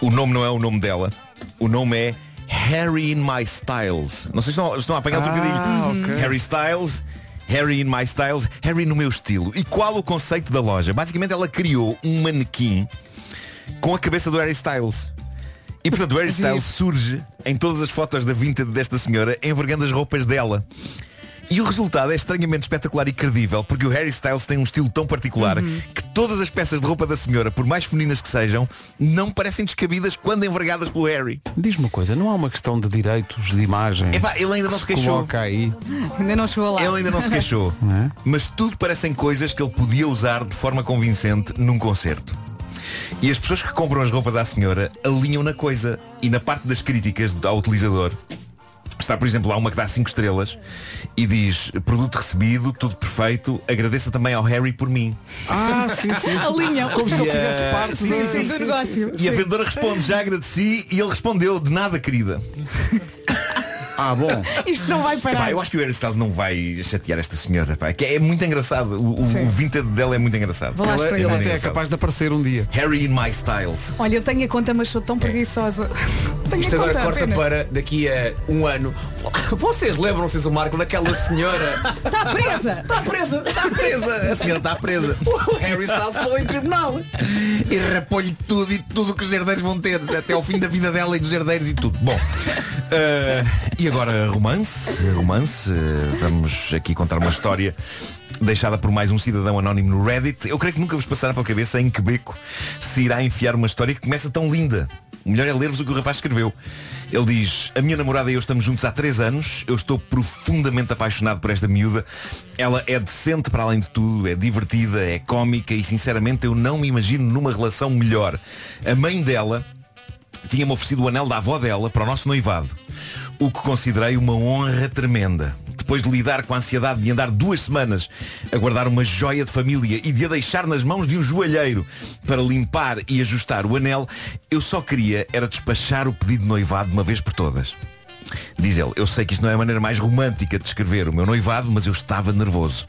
O nome não é o nome dela. O nome é Harry in My Styles. Não sei se estão, estão a apanhar o trocadilho. Harry Styles. Harry in My Styles, Harry no meu estilo. E qual o conceito da loja? Basicamente ela criou um manequim com a cabeça do Harry Styles. E portanto o Harry Styles surge em todas as fotos da vintage desta senhora envergando as roupas dela. E o resultado é estranhamente espetacular e credível, porque o Harry Styles tem um estilo tão particular que todas as peças de roupa da senhora, por mais femininas que sejam, não parecem descabidas quando envergadas pelo Harry. Diz-me uma coisa, não há uma questão de direitos de imagem. Epá, ele ainda não se queixou. Coloca aí. Ainda não chegou lá. Ele ainda não é? se queixou. Mas tudo parecem coisas que ele podia usar de forma convincente num concerto. E as pessoas que compram as roupas à senhora alinham na coisa. E na parte das críticas ao utilizador, está por exemplo lá uma que dá 5 estrelas e diz produto recebido, tudo perfeito, agradeça também ao Harry por mim. Ah, sim, sim. Alinham. Como se eu fizesse parte do, do negócio. E a vendedora responde, já agradeci, e ele respondeu, de nada querida. Ah, bom. Isto não vai parar. Pá, eu acho que o Harry Styles não vai chatear esta senhora. Pá, que é muito engraçado. O, o, o vintage dela é muito engraçado. Vou lá Ela- espreitar. ela Ele até é é engraçada. capaz de aparecer um dia. Harry in my styles. Olha, eu tenho a conta, mas sou tão preguiçosa. Tenho a Isto agora conta corta apenas. para daqui a um ano. Vocês lembram-se do Marco daquela senhora? Está presa! Está presa! Está presa, a senhora está presa. O Harry Styles falou em tribunal. E rapou-lhe tudo e tudo que os herdeiros vão ter, até ao fim da vida dela e dos herdeiros e tudo. Bom, eh, e agora romance, romance, eh, vamos aqui contar uma história deixada por mais um cidadão anónimo no Reddit. Eu creio que nunca vos passará pela cabeça em que beco se irá enfiar uma história que começa tão linda. O melhor é ler-vos o que o rapaz escreveu. Ele diz, a minha namorada e eu estamos juntos há três anos, eu estou profundamente apaixonado por esta miúda. Ela é decente para além de tudo, é divertida, é cómica e sinceramente eu não me imagino numa relação melhor. A mãe dela tinha-me oferecido o anel da avó dela para o nosso noivado, o que considerei uma honra tremenda. Depois de lidar com a ansiedade de andar duas semanas a guardar uma joia de família e de a deixar nas mãos de um joalheiro para limpar e ajustar o anel, eu só queria era despachar o pedido de noivado de uma vez por todas. Diz ele, eu sei que isto não é a maneira mais romântica de descrever o meu noivado, mas eu estava nervoso.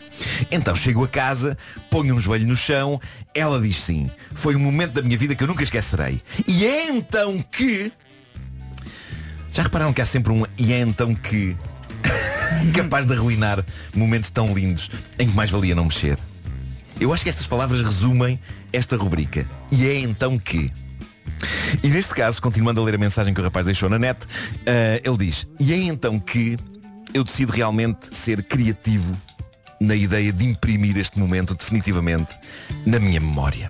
Então chego a casa, ponho um joelho no chão, ela diz sim. Foi um momento da minha vida que eu nunca esquecerei. E é então que. Já repararam que há sempre um e é então que capaz de arruinar momentos tão lindos em que mais valia não mexer. Eu acho que estas palavras resumem esta rubrica. E é então que. E neste caso, continuando a ler a mensagem que o rapaz deixou na net, eh, ele diz, e é então que eu decido realmente ser criativo na ideia de imprimir este momento definitivamente na minha memória.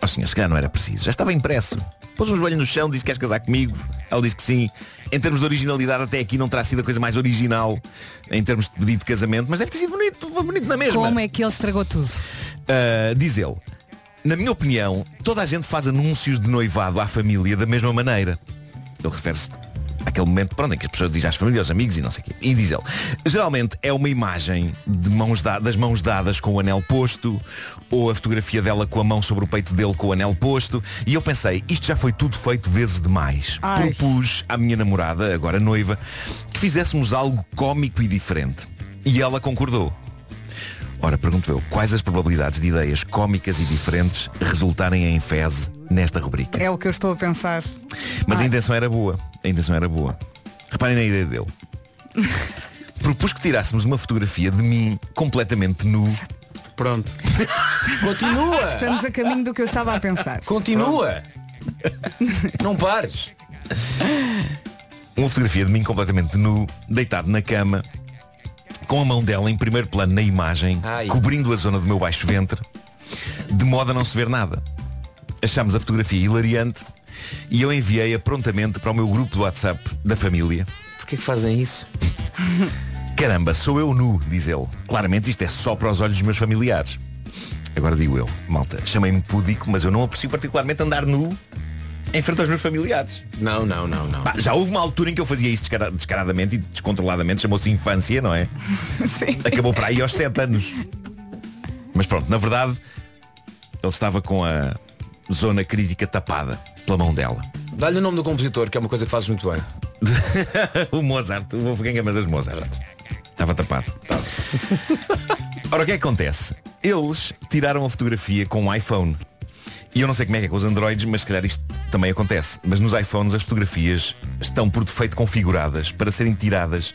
Oh senhor, se calhar não era preciso, já estava impresso. Pôs um joelho no chão, disse que queres casar comigo. Ela disse que sim. Em termos de originalidade, até aqui não terá sido a coisa mais original em termos de pedido de casamento, mas deve ter sido bonito, bonito na mesma. Como é que ele estragou tudo? Uh, diz ele, na minha opinião, toda a gente faz anúncios de noivado à família da mesma maneira. Ele refere-se àquele momento pronto, em que as pessoas dizem às famílias, aos amigos e não sei o quê. E diz ele, geralmente é uma imagem de mãos da- das mãos dadas com o anel posto, ou a fotografia dela com a mão sobre o peito dele com o anel posto. E eu pensei, isto já foi tudo feito vezes demais. Ai. Propus à minha namorada, agora noiva, que fizéssemos algo cómico e diferente. E ela concordou. Ora, pergunto eu, quais as probabilidades de ideias cómicas e diferentes resultarem em fezes nesta rubrica? É o que eu estou a pensar. Mas a intenção era boa. A intenção era boa. Reparem na ideia dele. Propus que tirássemos uma fotografia de mim completamente nu. Pronto. Continua! Estamos a caminho do que eu estava a pensar. Continua! Não pares! Uma fotografia de mim completamente nu, deitado na cama, com a mão dela em primeiro plano na imagem, Ai. cobrindo a zona do meu baixo ventre, de modo a não se ver nada. Achámos a fotografia hilariante e eu enviei-a prontamente para o meu grupo do WhatsApp da família. Porquê que fazem isso? Caramba, sou eu nu, diz ele. Claramente isto é só para os olhos dos meus familiares. Agora digo eu, malta, chamei-me pudico, mas eu não aprecio particularmente andar nu em frente aos meus familiares. Não, não, não, não. Pá, já houve uma altura em que eu fazia isto descara- descaradamente e descontroladamente, chamou-se infância, não é? Sim. Acabou para aí aos 7 anos. Mas pronto, na verdade, ele estava com a zona crítica tapada pela mão dela. Dá-lhe o nome do compositor, que é uma coisa que fazes muito bem. o Mozart, o Wolfgang Amadeus Mozart. Estava tapado. Ora, o que é que acontece? Eles tiraram a fotografia com um iPhone. E eu não sei como é que é com os Androids, mas se calhar isto também acontece. Mas nos iPhones as fotografias estão por defeito configuradas para serem tiradas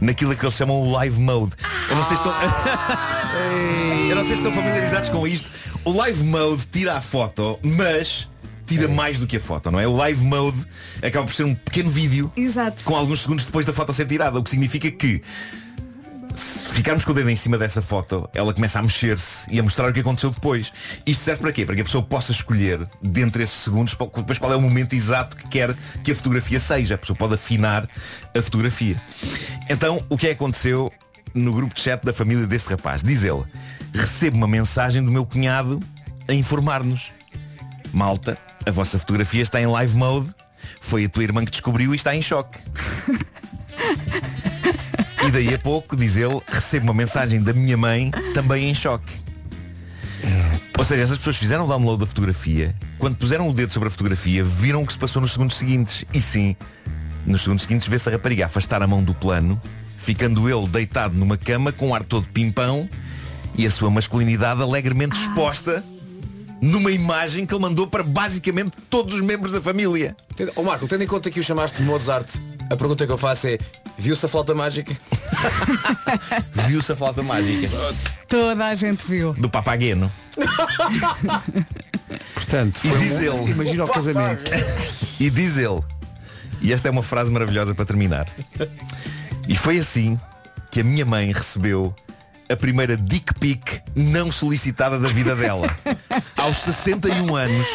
naquilo que eles chamam o Live Mode. Eu não sei se estão... Eu não sei se estão familiarizados com isto. O live mode tira a foto, mas tira mais do que a foto, não é? O live mode acaba por ser um pequeno vídeo Exato. com alguns segundos depois da foto ser tirada, o que significa que se ficarmos com o dedo em cima dessa foto, ela começa a mexer-se e a mostrar o que aconteceu depois. Isto serve para quê? Para que a pessoa possa escolher, dentre esses segundos, qual- depois qual é o momento exato que quer que a fotografia seja. A pessoa pode afinar a fotografia. Então, o que é que aconteceu no grupo de chat da família deste rapaz? Diz ele, recebo uma mensagem do meu cunhado a informar-nos. Malta, a vossa fotografia está em live mode. Foi a tua irmã que descobriu e está em choque. E daí a pouco, diz ele, recebo uma mensagem da minha mãe, também em choque. Ou seja, essas pessoas fizeram o download da fotografia, quando puseram o dedo sobre a fotografia, viram o que se passou nos segundos seguintes. E sim, nos segundos seguintes vê-se a rapariga afastar a mão do plano, ficando ele deitado numa cama com o ar todo pimpão e a sua masculinidade alegremente exposta numa imagem que ele mandou para basicamente todos os membros da família. Tendo- Ó Marco, tendo em conta que o chamaste Mozart, a pergunta que eu faço é, viu-se a flauta mágica? Viu-se a falta mágica Toda a gente viu. do papagueno. Portanto, E foi diz um- ele. imagina o casamento. E diz ele, e esta é uma frase maravilhosa para terminar. E foi assim que a minha mãe recebeu a primeira dick pic não solicitada da vida dela. aos 61 anos,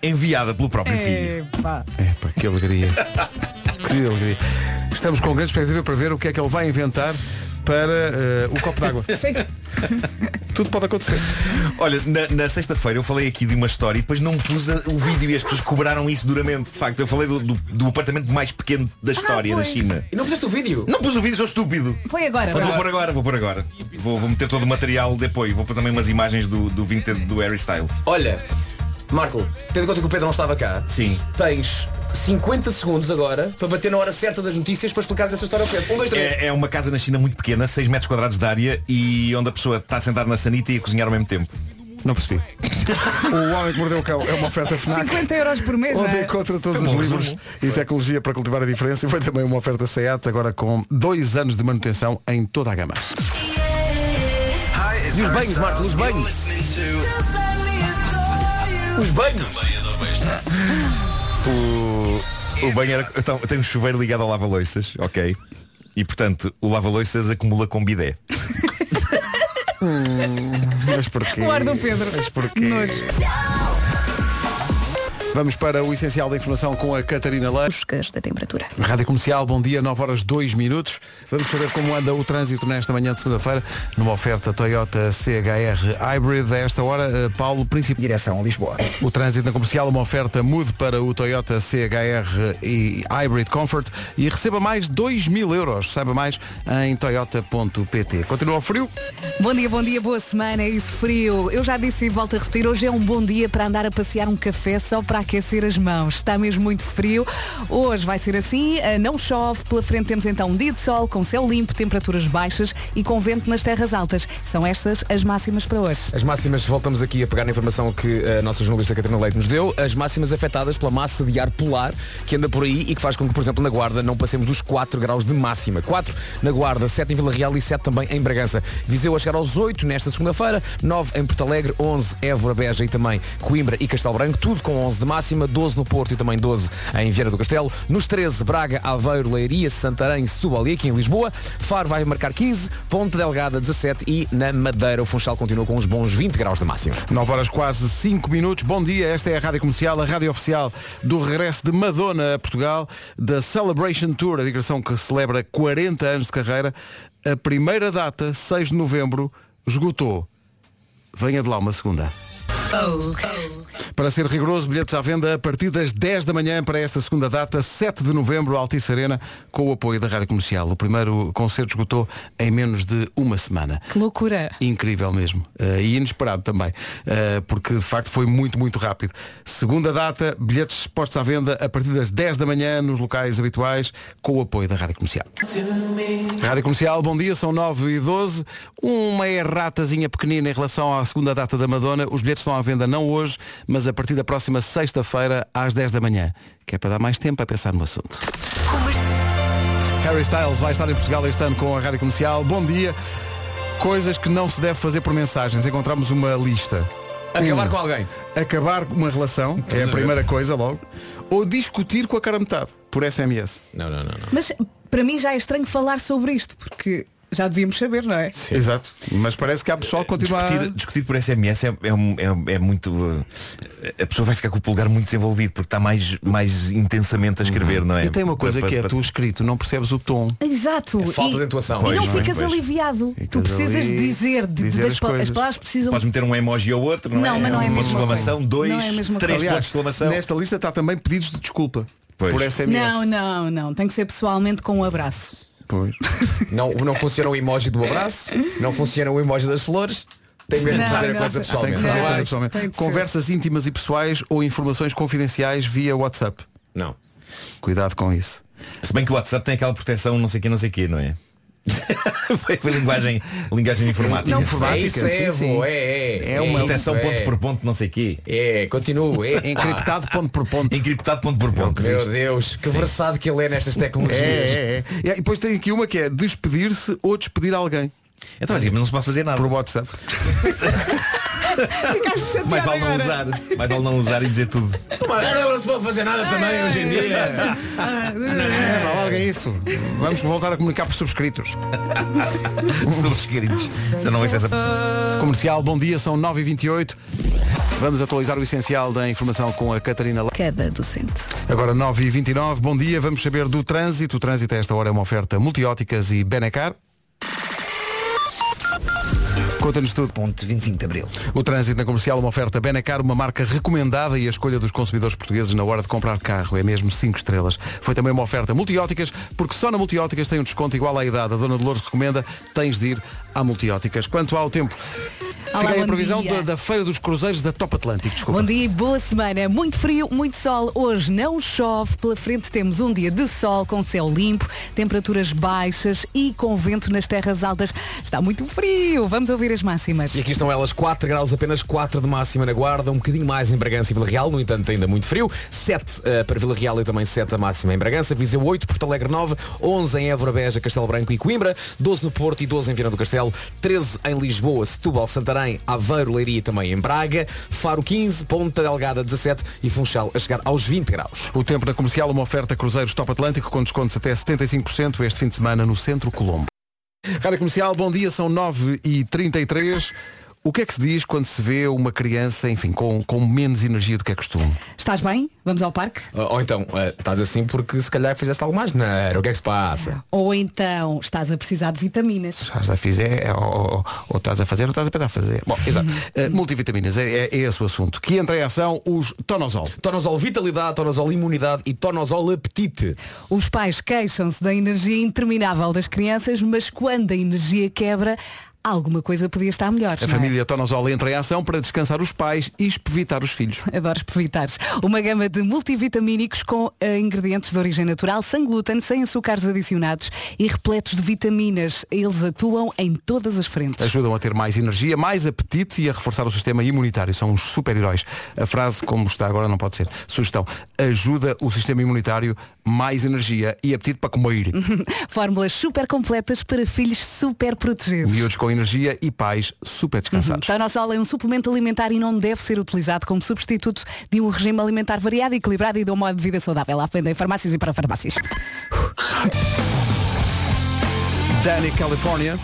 enviada pelo É. próprio filho. Epá. Epá, que alegria. Que alegria. Estamos com grande expectativa para ver o que é que ele vai inventar para eh, o copo d'água. Tudo pode acontecer. Olha, na, na sexta-feira eu falei aqui de uma história e depois não pus a- o vídeo e as pessoas cobraram isso duramente. De facto, eu falei do, do- do apartamento mais pequeno da história na pois. China. E não puseste o vídeo? Não pus o vídeo, sou estúpido. Foi agora. Mas vá. vou pôr agora, vou pôr agora. Vou, vou meter todo o material depois. Vou pôr também umas imagens do, do vintage do Harry Styles. Olha, Marco, tendo em conta que o Pedro não estava cá, Sim. tens 50 segundos agora para bater na hora certa das notícias para explicares essa história ao Pedro. Um, dois, três. É, é uma casa na China muito pequena, 6 metros quadrados de área e onde a pessoa está sentada na sanita e a cozinhar ao mesmo tempo. Não percebi. o Homem que Mordeu o Cão é uma oferta FNAC. 50 euros por mês, não Onde é? encontra todos os livros e tecnologia para cultivar a diferença. E foi também uma oferta SEAT, agora com dois anos de manutenção em toda a gama. E os banhos, Marco, os banhos. Os banhos. O, o banheiro então, tem um chuveiro ligado ao lava-loiças, ok? E portanto, o lava-loiças acumula com bidé. Mas porquê? O ar do Pedro. Mas porquê? Nojo. Vamos para o essencial da informação com a Catarina Leite. buscas da temperatura. Rádio Comercial, bom dia, 9 horas 2 minutos. Vamos saber como anda o trânsito nesta manhã de segunda-feira, numa oferta Toyota CHR Hybrid. A esta hora, eh, Paulo, principalmente. Direção a Lisboa. O trânsito na comercial, uma oferta mude para o Toyota CHR e Hybrid Comfort e receba mais 2 mil euros. Saiba mais em toyota.pt. Continua o frio? Bom dia, bom dia, boa semana, é isso frio. Eu já disse e volto a repetir, hoje é um bom dia para andar a passear um café só para aquecer as mãos. Está mesmo muito frio. Hoje vai ser assim, eh, não chove, pela frente temos então um dia de sol, com céu limpo, temperaturas baixas e com vento nas terras altas. São estas as máximas para hoje. As máximas, voltamos aqui a pegar na informação que eh, a nossa jornalista Catarina Leite nos deu, as máximas afetadas pela massa de ar polar que anda por aí e que faz com que, por exemplo, na Guarda não passemos dos 4 graus de máxima. 4 na Guarda, 7 em Vila Real e 7 também em Bragança. Viseu a chegar aos 8 nesta segunda-feira, 9 em Porto Alegre, 11 Évora, Beja e também Coimbra e Castelo Branco, tudo com 11 de máxima, 12 no Porto e também 12 em Vieira do Castelo. Nos 13, Braga, Aveiro, Leiria, Santarém, Setúbal e aqui em Lisboa. Faro vai marcar 15, Ponte Delgada 17 e na Madeira o Funchal continua com uns bons 20 graus de máxima. 9 horas quase 5 minutos. Bom dia, esta é a Rádio Comercial, a rádio oficial do regresso de Madonna a Portugal, da Celebration Tour, a digressão que celebra 40 anos de carreira. A primeira data, 6 de novembro, esgotou. Venha de lá uma segunda. Para ser rigoroso, bilhetes à venda a partir das 10 da manhã para esta segunda data, 7 de novembro, Altice Arena, com o apoio da Rádio Comercial. O primeiro concerto esgotou em menos de uma semana. Que loucura. Incrível mesmo. Eh, e inesperado também. Eh, porque de facto foi muito, muito rápido. Segunda data, bilhetes postos à venda a partir das 10 da manhã nos locais habituais, com o apoio da Rádio Comercial. Rádio Comercial, bom dia, são 9 e 12 Uma erratazinha pequenina em relação à segunda data da Madonna. Os bilhetes estão à venda não hoje, mas a partir da próxima sexta-feira, às 10 da manhã. Que é para dar mais tempo a pensar no assunto. Harry Styles vai estar em Portugal este ano com a Rádio Comercial. Bom dia. Coisas que não se deve fazer por mensagens. Encontramos uma lista. Acabar com alguém. Acabar uma relação, é a primeira coisa logo. Ou discutir com a cara a metade, por SMS. Não, não, não. Mas para mim já é estranho falar sobre isto, porque já devíamos saber, não é? Exato. Mas parece que há pessoal que continua Discutir, a... discutir por SMS é, é um- é- é muito. uh, A pessoa vai ficar com o pulgar muito desenvolvido porque está mais, mais intensamente a escrever, não é? E tem uma coisa Pa- que é pa- tu escrito, não percebes o tom. Exato. É falta e, de atuação. E não Pois, não é? ficas Pois. aliviado. tu Ficas precisas ali, dizer, de- dizer das as pa- as, coisas. palavras precisam. Podes meter um emoji ou outro, não, Não, é? mas não é a um ponto de mesma exclamação, coisa. dois, Não é a mesma três coisa. pontos de exclamação. nesta lista está também pedidos de desculpa. Pois. Por SMS. Não, não, não. Tem que ser pessoalmente com um abraço. Pois. Não, não funciona o emoji do abraço, não funciona o emoji das flores. Tem mesmo que Não, fazer a não. coisa Tem pessoalmente. que fazer Não, coisa Vai. pessoalmente. tem que ser. Conversas íntimas e pessoais ou informações confidenciais via WhatsApp. Não. Cuidado com isso. Se bem que o WhatsApp tem aquela proteção não sei que, não sei que, não é? foi, foi linguagem, linguagem informática. Não, É informática, isso, é, sim, vô, sim. é, é. É uma isso, proteção é. ponto por ponto, não sei que. É, continuo. É, pá. Encriptado ponto por ponto. Encriptado ponto por ponto. Meu Deus, que versado que ele é nestas É, tecnologias. é, é. E depois tem aqui uma que é despedir-se ou despedir alguém Então, mas não se pode fazer nada. por WhatsApp. Ficaste chateado Mais vale não agora. usar. Mais vale não usar e dizer tudo. Mas não se pode fazer nada também hoje em dia. É, vá, larguem isso. Vamos voltar a comunicar por subscritos. Subscritos. Já Então, não vai ser essa. Ah. Comercial, bom dia, são 9h28. Vamos atualizar o essencial da informação com a Catarina Lá. Cada docente. Agora 9h29, bom dia, vamos saber do trânsito. O trânsito a esta hora é uma oferta multióticas e Benecar. Conta-nos tudo. Ponte 25 de Abril. O trânsito na comercial, uma oferta Benacar, uma marca recomendada e a escolha dos consumidores portugueses na hora de comprar carro. É mesmo 5 estrelas. Foi também uma oferta multióticas, porque só na multióticas tem um desconto igual à idade. A Dona Dolores recomenda, tens de ir à multióticas. Quanto ao tempo, Olá, Fica aí bom a previsão dia. da, da Feira dos Cruzeiros da Top Atlântico, desculpa. Bom dia e boa semana. Muito frio, muito sol. Hoje não chove. Pela frente temos um dia de sol com céu limpo, temperaturas baixas e com vento nas terras altas. Está muito frio. Vamos ouvir as máximas. E aqui estão elas, 4 graus, apenas 4 de máxima na Guarda, um bocadinho mais em Bragança e Vila Real, no entanto ainda muito frio, 7 eh, para Vila Real e também 7 a máxima em Bragança, Viseu 8, Porto Alegre 9, 11 em Évora, Beja, Castelo Branco e Coimbra, 12 no Porto e 12 em Viana do Castelo, 13 em Lisboa, Setúbal, Santarém, Aveiro, Leiria e também em Braga, Faro 15, Ponta Delgada 17 e Funchal a chegar aos 20 graus. O tempo na comercial, uma oferta Cruzeiros Top Atlântico com descontos até 75% este fim de semana no Centro Colombo. Rádio Comercial, bom dia, são 9h33. O que é que se diz quando se vê uma criança, enfim, com, com menos energia do que é costume? Estás bem? Vamos ao parque? Ou então, eh, estás assim porque se calhar fizeste algo mais, não, o que é que se Ah. passa? Ou então estás a precisar de vitaminas? Já já fiz, é, é, ou, ou- ou estás a fazer ou estás a pensar a fazer. Bom, exato. Eh, multivitaminas, é, é, é esse o assunto. Que entra em ação os Tonosol. Tonosol Vitalidade, Tonosol Imunidade e Tonosol Apetite. Os pais queixam-se da energia interminável das crianças, mas quando a energia quebra, alguma coisa podia estar melhor. A não é? família Tonosol entra em ação para descansar os pais e espevitar os filhos. Adoro espovitares. Uma gama de multivitamínicos com eh, ingredientes de origem natural, sem glúten, sem açúcares adicionados e repletos de vitaminas. Eles atuam em todas as frentes. Ajudam a ter mais energia, mais apetite e a reforçar o sistema imunitário. São uns super-heróis. A frase, como está agora, não pode ser. Sugestão. Ajuda o sistema imunitário, mais energia e apetite para comer. Fórmulas super completas para filhos super protegidos. Miúdos com energia e pais super descansados. Tonosol é um suplemento alimentar e não deve ser utilizado como substituto de um regime alimentar variado, equilibrado e de um modo de vida saudável. À venda em farmácias e para farmácias. Danny California,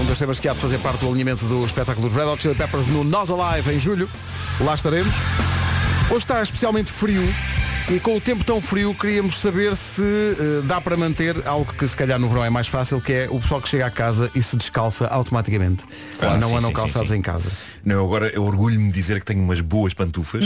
um dos temas que há de fazer parte do alinhamento do espetáculo dos Red Hot Chili Peppers no Nós Alive em julho. Lá estaremos. Hoje está especialmente frio e com o tempo tão frio queríamos saber se eh, dá para manter algo que se calhar no verão é mais fácil, que é o pessoal que chega a casa e se descalça automaticamente. Ah, não sim, andam sim, calçados sim, sim. em casa. Não, agora eu orgulho-me de dizer que tenho umas boas pantufas.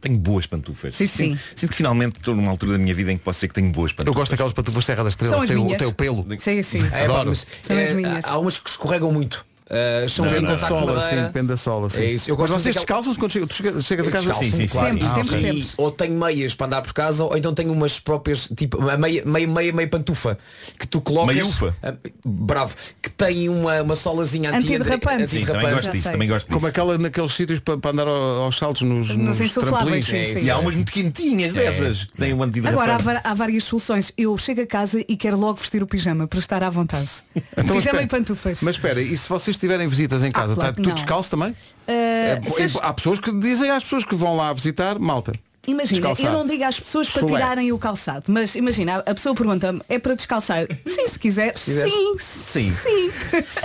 Tenho boas pantufas. Hum. Sim, sim. Sinto, sinto que finalmente estou numa altura da minha vida em que posso dizer que tenho boas Eu pantufas. gosto daquelas patufas Serra da Estrela, São que as tem o, minhas. tem o pelo. Sim, sim. É, pá, Adoro. mas, São eh, as minhas. há- Há umas que escorregam muito. Eh, são Não, em não, assim, contacto com Sola, madeira. sim, depende da sola. Sim. É isso. Eu Mas gosto vocês daquela- descalçam-se quando chega- tu chega- chegas a casa? assim? Sim, sim, Ah, claro. sim, Sempre, E- sempre, sempre. ou tenho meias para andar por casa, ou então tenho umas próprias, tipo, a meia, meia, meia, meia pantufa, que tu colocas. Meiufa? Ah, bravo. Que tem uma, uma solazinha anti- Antiderrapante. Sim, antiderrapante. também gosto já disso, sei. também gosto disso. Como aquela naqueles sítios para, para andar ao- aos saltos nos, Nos nos insufláveis, trampolins. um sim, sim. E há umas muito quentinhas dessas. um Tem uma medida Agora, há, rapaz. va- há várias soluções. Eu chego a casa e quero logo vestir o pijama para estar à vontade. Então, pijama espera. e pantufas. Mas espera, e se vocês tiverem visitas em casa, claro está que tudo não. descalço também? Eh, É, bo- é vocês- bo- há pessoas que dizem às pessoas que vão lá visitar, malta. imagina, descalçar. eu não digo às pessoas para Chulé. tirarem o calçado, mas imagina, a- a pessoa pergunta-me, é para descalçar? Sim, se quiser. sim, sim.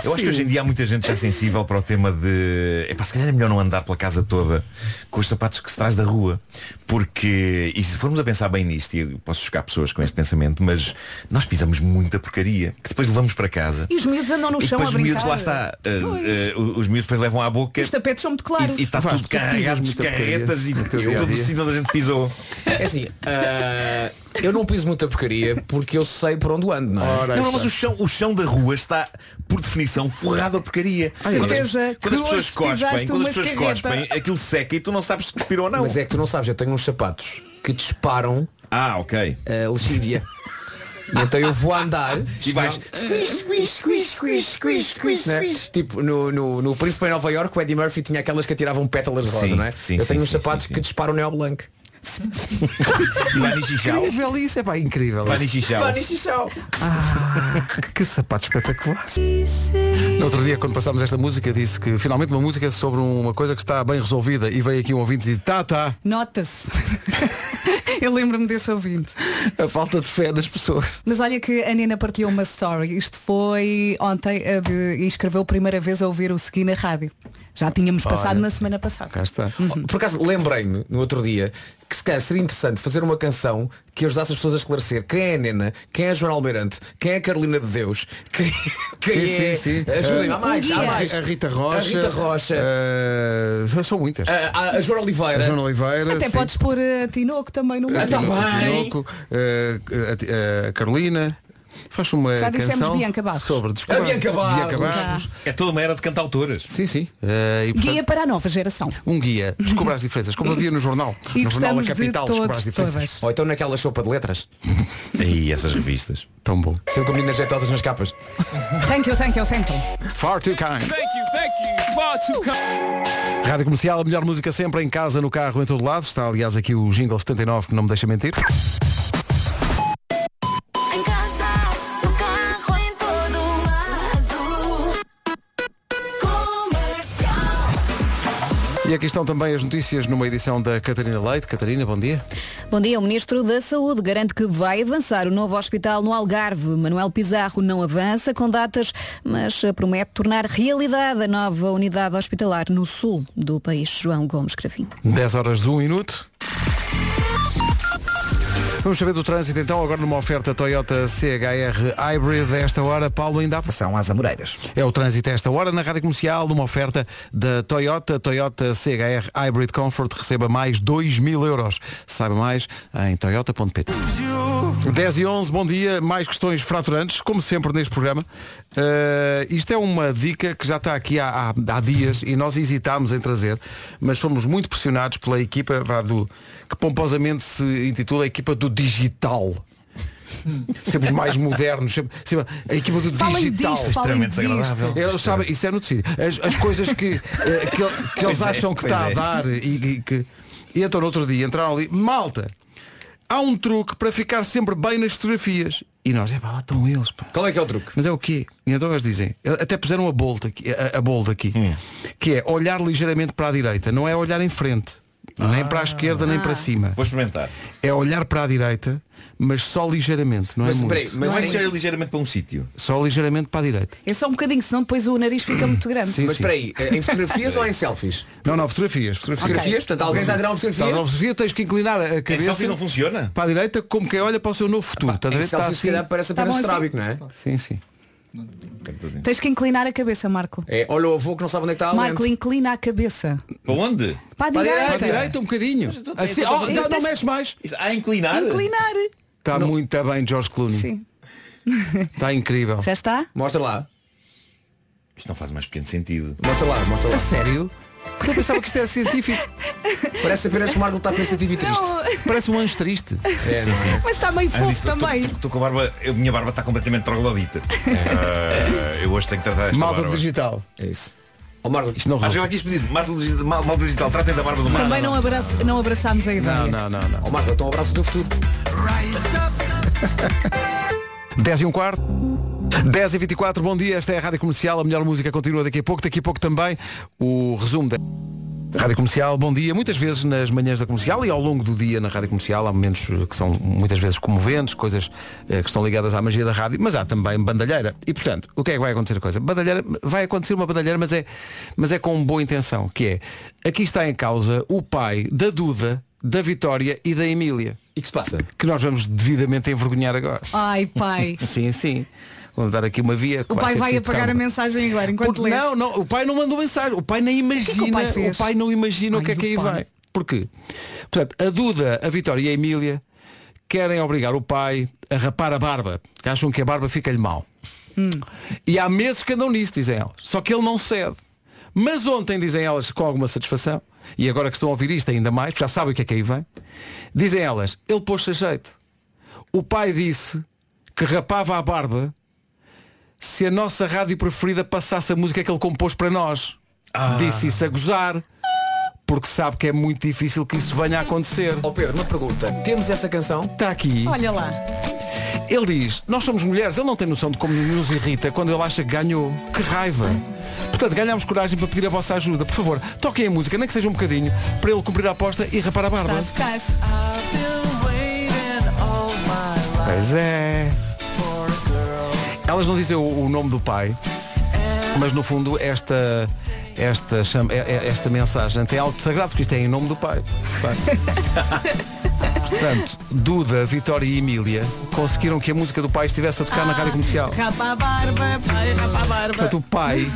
Eu acho que hoje em dia há muita gente já sensível para o tema de é se calhar é melhor não andar pela casa toda com os sapatos que se traz da rua. Porque, e se formos a pensar bem nisto, e eu posso chocar pessoas com este pensamento, mas nós pisamos muita porcaria que depois levamos para casa. E os miúdos andam no E chão depois a os brincar. miúdos lá está. eh, Pois. eh, os miúdos depois levam à boca. Os tapetes são muito claros. E tá. está Vasco, tudo tu pisas carregado de muita carretas porcaria e no teu tudo dia-a-dia. assim onde a gente pisou. É assim, ah, eu não piso muita porcaria porque eu sei por onde ando, não é? Não, não, mas o chão, o chão da rua está, por definição, forrado a porcaria. quando as, Certeza quando as que pessoas hoje pisaste cospem, quando as uma pessoas carreta. cospem, aquilo seca e tu não sabes se cuspiram ou não. Mas é que tu não sabes, eu tenho uns sapatos que disparam Ah, ok. a lexívia. E então eu vou andar E vais- Squish, squish, squish, squish, squish, squish, né? Tipo, no, no, no Príncipe em Nova York, o Eddie Murphy tinha aquelas que atiravam pétalas de rosa, Sim, não é? sim, eu tenho sim, uns sim, sapatos sim, sim. que disparam neo blanco. E vai no xixau. Incrível isso, é pá, incrível. Vai no isso. xixau. Que sapato espetacular. No outro dia, quando passámos esta música, disse que finalmente uma música sobre uma coisa que está bem resolvida e veio aqui um ouvinte e disse, tá, tá, Nota-se. eu lembro-me desse ouvinte. a falta de fé das pessoas. Mas olha que a Nina partilhou uma story. Isto foi ontem a de- e escreveu a primeira vez a ouvir o Segui na rádio. Já tínhamos passado na semana passada. Cá está. Por acaso lembrei-me no outro dia que se calhar seria interessante fazer uma canção que ajudasse as pessoas a esclarecer quem é a Nena, quem é a Joana Almeirante, quem é a Carolina de Deus, quem, quem Sim, é. sim, sim. Ajudem, Eh, há mais, há dia. mais. A Rita Rocha. A Rita Rocha. eh, são muitas. A, a- a Joana Oliveira. A Joana Oliveira. Até sim. podes pôr a Tinoco também no meio. Tá Tino- bem. Tinoco, eh, a- a- a eh, Carolina. Faz uma Já dissemos canção Bianca Barros. sobre descobrir. A Bianca Barros, Bianca Barros. É toda uma era de cantautoras. Sim, sim. Eh, e, portanto, Guia para a nova geração. Um guia. Descubra as diferenças. Como havia no jornal. E no jornal da gostamos de Capital, descubra as todos, diferenças. todas. Ou então naquela sopa de letras. E essas revistas. Tão bom. Sempre com meninas jeitosas nas capas. Thank you, thank you, thank you. Far too kind. Thank you, thank you, far too kind. Rádio Comercial, a melhor música sempre, em casa, no carro, em todo lado. Está, aliás, aqui o Jingle 79, que não me deixa mentir. Em casa, no carro, em todo lado. Comercial. E aqui estão também as notícias numa edição da Catarina Leite. Catarina, bom dia. Bom dia, o Ministro da Saúde garante que vai avançar o novo hospital no Algarve. Manuel Pizarro não avança com datas, mas promete tornar realidade a nova unidade hospitalar no sul do país. João Gomes Crafim. 10 horas, 1 minuto. Vamos saber do trânsito então, agora numa oferta Toyota CHR Hybrid. A esta hora, Paulo ainda há... São às Amoreiras. É o trânsito a esta hora na Rádio Comercial, uma oferta da Toyota, Toyota CHR Hybrid Comfort, receba mais 2 mil euros. Saiba mais em toyota.pt. 10 e 11, bom dia, mais questões fraturantes, como sempre neste programa. Eh, isto é uma dica que já está aqui há, há- há dias e nós hesitámos em trazer, mas fomos muito pressionados pela equipa vá, do, que pomposamente se intitula a equipa do digital. Sempre os mais modernos, sempre, sempre a equipa do Falem digital. disto, falem Extremamente desagradável. disto. Eles sabem, isso é notícia. As, as coisas que, eh, que, el- que eles Pois é, acham que pois está a é. dar e, e que. E então no outro dia entraram ali, malta, há um truque para ficar sempre bem nas fotografias. E nós, é pá, lá estão eles, pá. Qual é que é o truque? Mas é o quê? E então eles dizem, até puseram a bolda aqui, a, a bold aqui Hum. que é olhar ligeiramente para a direita, não é olhar em frente, nem Ah. para a esquerda, nem para cima. Vou experimentar. É olhar para a direita, mas só ligeiramente, não é Mas muito. peraí, mas, Mas é que mas, se olha ligeiramente para um sítio. Só ligeiramente para a direita. É só um bocadinho, senão depois o nariz fica muito grande. Sim, sim. espera aí, eh, em fotografias ou em selfies? Não, não, fotografias. Fotografias, Fotografias? Portanto, alguém está a tirar uma Estás fotografia? a fotografia, tens que inclinar a Em cabeça selfies não funciona? para a direita como quem olha para o seu novo futuro. Estás a Em ver? Está selfies, se assim. calhar, parece Tá apenas bom assim. estrábico, não é? Sim, sim. Tens que inclinar a cabeça, Marco. É, olha o avô que não sabe onde é que está a Marco, lente. inclina a cabeça. Para onde? Para a Para a direita. direita um bocadinho. Assim, oh, não, não mexe mais. Isso- Ah, inclinar? Inclinar. Está muito bem, George Clooney. Sim. Está incrível. Já está? Mostra lá, Isto não faz mais pequeno sentido. mostra lá, mostra lá. Sério? Eu pensava que isto era científico. Parece apenas que o Marco está pensativo e triste. Parece um anjo triste. É, não. Mas está meio Ana, fofo isto- tô- também. tô- tô com a barba, a minha barba está completamente troglodita. Ah, eu hoje tenho que tratar esta Malta barba. digital. É isso. Ó Marco, Isto não Ah, resulta. chegou aqui este pedido. Malta digital, mal- malta digital, tratem da barba do Marco. Também não, abraça- não abraçámos a ideia. Não, não, não. ó Marco, então um abraço do futuro. 10 e um quarto. 10 e 24, bom dia, esta é a Rádio Comercial, a melhor música continua daqui a pouco, daqui a pouco também o resumo da Rádio Comercial, bom dia, muitas vezes nas manhãs da comercial e ao longo do dia na Rádio Comercial há momentos eh, que são muitas vezes comoventes, coisas eh, que estão ligadas à magia da rádio, mas há também bandalheira. E portanto, o que é que vai acontecer a coisa? Bandalheira, vai acontecer uma bandalheira, mas é, mas é com boa intenção, que é aqui está em causa o pai da Duda, da Vitória e da Emília, E que se passa? que nós vamos devidamente envergonhar agora. Ai, pai. Sim, sim. Vamos dar aqui uma via. que O pai ser vai preciso apagar tocar a uma- mensagem agora, enquanto Porque- lês. Não, não, o pai não mandou mensagem. O pai nem que imagina. que o pai fez? não imagina o Ai, que é que o aí pai. vai. Porquê? Portanto, a Duda, a Vitória e a Emília querem obrigar o pai a rapar a barba. que Acham que a barba fica-lhe mal. Hum. E há meses que andam nisso, dizem elas. Só que ele não cede. Mas ontem, dizem elas, com alguma satisfação, e agora que estão a ouvir isto ainda mais, já sabem o que é que aí vem, dizem elas, ele pôs-se a jeito. O pai disse que rapava a barba se a nossa rádio preferida passasse a música que ele compôs para nós. Disse isso a gozar, porque sabe que é muito difícil que isso venha a acontecer. Ó Pedro, uma pergunta. Temos essa canção? Está aqui. Olha lá. Ele diz, nós somos mulheres, ele não tem noção de como nos irrita quando ele acha que ganhou. Que raiva. Portanto, ganhámos coragem para pedir a vossa ajuda. Por favor, toquem a música, nem que seja um bocadinho, para ele cumprir a aposta e rapar a barba. Está Tá de cais. Pois é. Elas não dizem o, o nome do pai, mas no fundo esta esta chama- é- é- esta mensagem tem algo de sagrado porque isto é em nome do pai. Pai. Portanto, Duda, Vitória e Emília conseguiram que a música do pai estivesse a tocar na rádio comercial. Rapa a barba, pai, rapa a barba. Portanto, o pai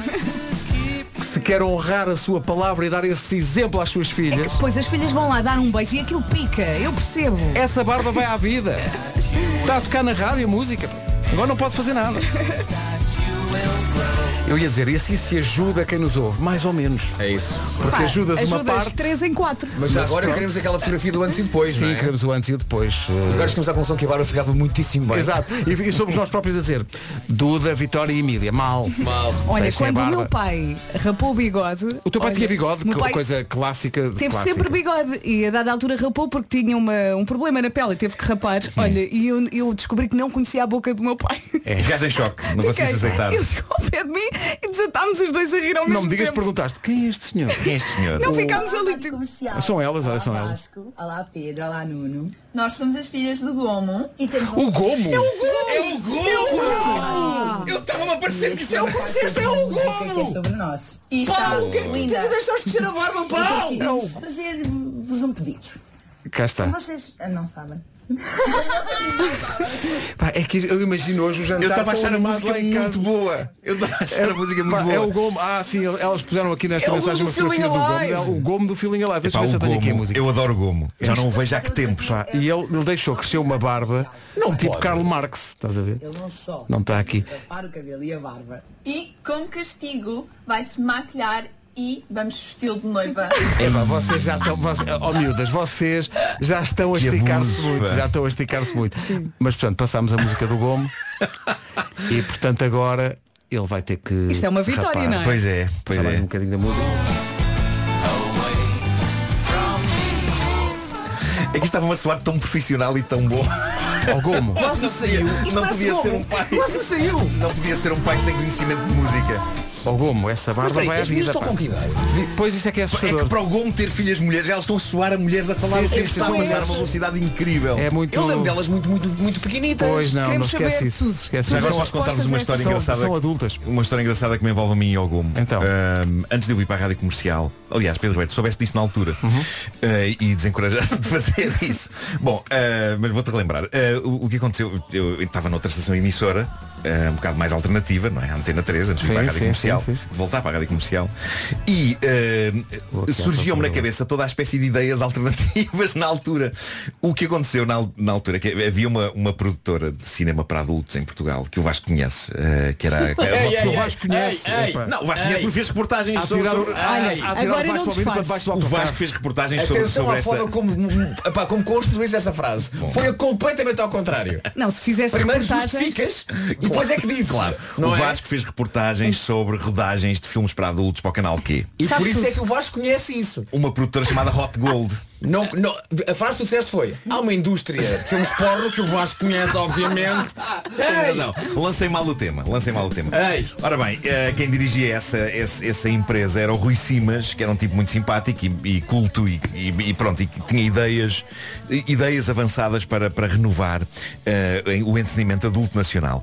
que se quer honrar a sua palavra e dar esse exemplo às suas filhas, Pois as filhas vão lá dar um beijo e aquilo pica, eu percebo. É Tá essa barba vai à vida. Está a tocar na rádio a música. Agora não pode fazer nada. Eu ia dizer, e assim se ajuda quem nos ouve, mais ou menos. É isso. Porque Pá, ajudas, uma ajudas parte. 3 em 4. Mas, já agora queremos aquela fotografia do antes e depois, não Sim, é? queremos o antes e o depois. eh, Agora chegamos à conclusão que é a Bárbara ficava muitíssimo bem. Exato. E, e somos nós próprios a dizer, Duda, Vitória e Emília, mal. Mal. Olha, Deixem quando o barba. meu pai rapou o bigode. O teu pai olha, tinha bigode, meu co- pai coisa clássica. de Teve clássica. sempre bigode e a dada altura rapou porque tinha uma- um problema na pele e teve que rapar. Hum. Olha, e eu, eu descobri que não conhecia a boca do meu pai. É, Ficaste em choque, não Fiquei. consegues aceitar. Ele chegou ao pé de mim e desatámos os dois a rir ao Não mesmo me digas, tempo. perguntaste, quem é este senhor? Quem é este senhor? Não ficámos ali. tipo, comercial. São elas, olha, são elas. Olá Pedro, olá Nuno. Nós somos as filhas do Gomo e temos um Uh! O Gomo? É o Gomo! Eu estava-me a parecer que isso era... Este é o que é Gomo! sobre nós. E está O que é que tu linda. tu deixaste de ser a barba, É pau? E decidimos fazer-vos um pedido. Cá está. Vocês ah, não sabem. Pá, é que eu imagino hoje o jantar. Eu estava a tão achar a animado música lá em casa. É muito boa. Eu estava a achar a música muito Pá, É o boa. Gomo. Ah, sim, elas puseram aqui nesta É o mensagem Gomo uma do Feeling fotografia do Gomo. Alive. É o Gomo do Feeling Alive. Deixa Pá, eu ver se eu o tenho aqui a Gomo. música. Eu adoro o Gomo. Já não o vejo há que tempos. Pá, e ele, ele deixou crescer uma barba tipo Karl Marx, estás a ver? Ele não só Não está aqui. rapar o cabelo e a barba. E como castigo vai-se maquilhar e vamos vesti-lo de noiva. É, pá, vocês já estão, vocês, oh miúdas, vocês já estão a Que esticar-se abuso, muito, pá. já estão a esticar-se muito. Mas portanto, passámos a música do Gomo e portanto agora ele vai ter que. Isto é uma vitória, rapar. não é? Pois é, pois Passar mais um é. bocadinho da música. É que estava-me a soar tão profissional e tão bom. Ao Gomo. Quase me saiu. Isto Não parece podia Gomo. ser um pai. Quase me saiu. Não podia ser um pai sem conhecimento de música. Ao Gomo, essa Mas barba peraí, vai à as minhas vida. estão pá. com que idade? Pois isso é que é É assustador. que para o Gomo ter filhas mulheres, elas estão a soar a mulheres a falar. Sim, sim, Sim, está sim, a passar sim. uma velocidade incrível. É muito. Eu lembro delas muito, muito, muito pequenitas. Pois não, não Queremos esquece saber isso. tudo. Esquece isso. Já agora São- posso contar-vos uma são- história são- engraçada. são adultas. Uma história engraçada que me envolve a mim e ao Gomo. Então. Ahm, antes de eu vir para a rádio comercial, aliás, Pedro Roberto, soubeste disso na altura Uhum. Ah, e desencorajaste-me de fazer isso. Bom, ah, mas vou-te relembrar. Ah, o, o que aconteceu, eu estava noutra estação emissora, ah, um bocado mais alternativa, não é? A Antena 3, antes de Sim, vir para a rádio sim, comercial, sim, sim. de voltar para a rádio comercial. E ah, Vou tirar surgiu-me para na o cabeça toda a espécie de ideias alternativas na altura. O que aconteceu na, al- na altura? Que havia uma, uma produtora de cinema para adultos em Portugal, que o Vasco conhece, eh, que era. era uma- O Vasco conhece. ei, ei. Epá. Não, o Vasco conhece porque fez reportagens A sobre. tirar, sobre- a- a- a tirar agora o Vasco para o vidro não desfaço. para debaixo do o autocarro. Vasco fez reportagens sobre, Atenção sobre à esta. forma como, epá, como construísse essa frase. Foi completamente ao contrário. Não, se fizeste Primeiro reportagens... justificas e depois é que dizes. Claro, Não o é? Vasco fez reportagens sobre rodagens de filmes para adultos para o canal Q. E Sabe por isso tudo. é que o Vasco conhece isso. Uma produtora chamada Hot Gold. Não, não, a frase que tu disseste foi Há uma indústria de filmes porno que o Vasco conhece, obviamente Tem Ei, razão. Lancei mal o tema. Lancei mal o tema. Ei. Ora bem, eh, quem dirigia essa, essa, essa empresa era o Rui Simas, que era um tipo muito simpático e, e culto e, e- e pronto, e que tinha ideias, i- ideias avançadas para, para renovar eh, em- o entendimento adulto nacional.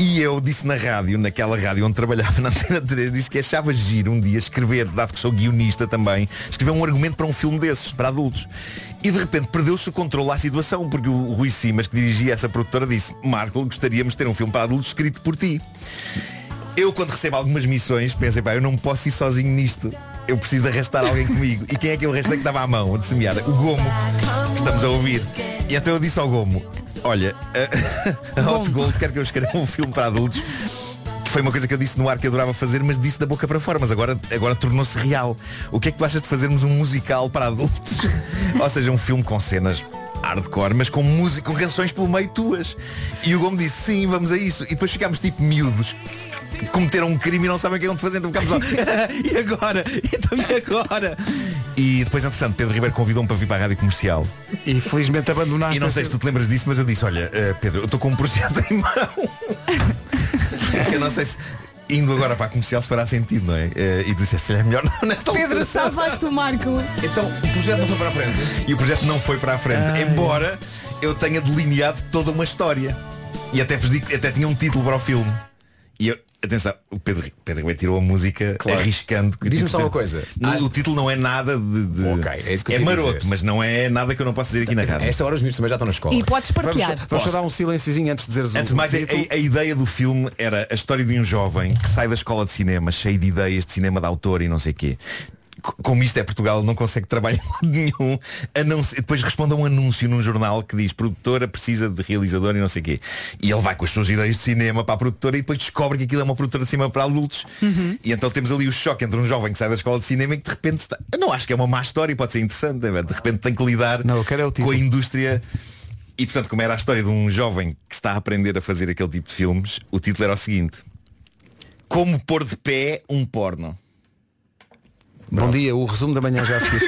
E eu disse na rádio, naquela rádio onde trabalhava na Antena 3, disse que achava giro um dia escrever, dado que sou guionista também, escrever um argumento para um filme desses, para adultos. E de repente perdeu-se o controle à situação, porque o Rui Simas, que dirigia essa produtora, disse, Marco, gostaríamos de ter um filme para adultos escrito por ti. Eu quando recebo algumas missões pensei, pá, eu não posso ir sozinho nisto. Eu preciso de arrastar alguém comigo. E quem é que eu arrastei que estava à mão, de semear? O Gomo, que estamos a ouvir. E então eu disse ao Gomo, olha, a, a Hot Gold quer que eu escreva um filme para adultos. Que foi uma coisa que eu disse no ar que eu adorava fazer, mas disse da boca para fora, mas agora, agora tornou-se real. O que é que tu achas de fazermos um musical para adultos? Ou seja, um filme com cenas hardcore, mas com música, com canções pelo meio tuas. E o Gomo disse, sim, vamos a isso. E depois ficámos tipo miúdos que cometeram um crime e não sabem o que é onde fazer, então ficámos lá. e agora? Então e agora? E depois, entretanto, Pedro Ribeiro convidou-me para vir para a rádio comercial. E felizmente abandonaste. E não sei se essa- tu te lembras disso, mas eu disse, olha, eh, Pedro, eu estou com um projeto em mão. É eu não sei se indo agora para a comercial se fará sentido, não é? Eh, E disse, se é melhor não nesta Pedro, altura." salvaste o Marco. Então o projeto não foi para a frente E o projeto não foi para a frente, embora eu tenha delineado toda uma história. E até vos digo que até tinha um título para o filme. E eu, atenção, o Pedro, Pedro Ribeiro tirou a música arriscando. que o Diz-me título só tem- uma coisa. Não, Acho- O título não é nada de. de- Ok, é isso que eu tinha a maroto, dizer. É mas não é nada que eu não posso dizer aqui na A rádio. esta hora os miúdos também já estão na escola E podes partilhar. Vamos só dar um silenciozinho antes de dizeres o- Antes de mais, o é- a, título. a- a ideia do filme era a história de um jovem que sai da escola de cinema cheio de ideias de cinema de autor e não sei quê. c- como isto é Portugal, não consegue trabalhar nenhum. A não ser- depois responde a um anúncio num jornal que diz produtora precisa de realizador e não sei o quê. E ele vai com as suas ideias de cinema para a produtora e depois descobre que aquilo é uma produtora de cinema para adultos. Uhum. E então temos ali o choque entre um jovem que sai da escola de cinema e que de repente está... Eu não acho que é uma má história e pode ser interessante. é verdade. De repente tem que lidar com a indústria. E portanto, como era a história de um jovem que está a aprender a fazer aquele tipo de filmes, o título era o seguinte. Como pôr de pé um porno. Bom dia, o resumo da manhã já a seguir.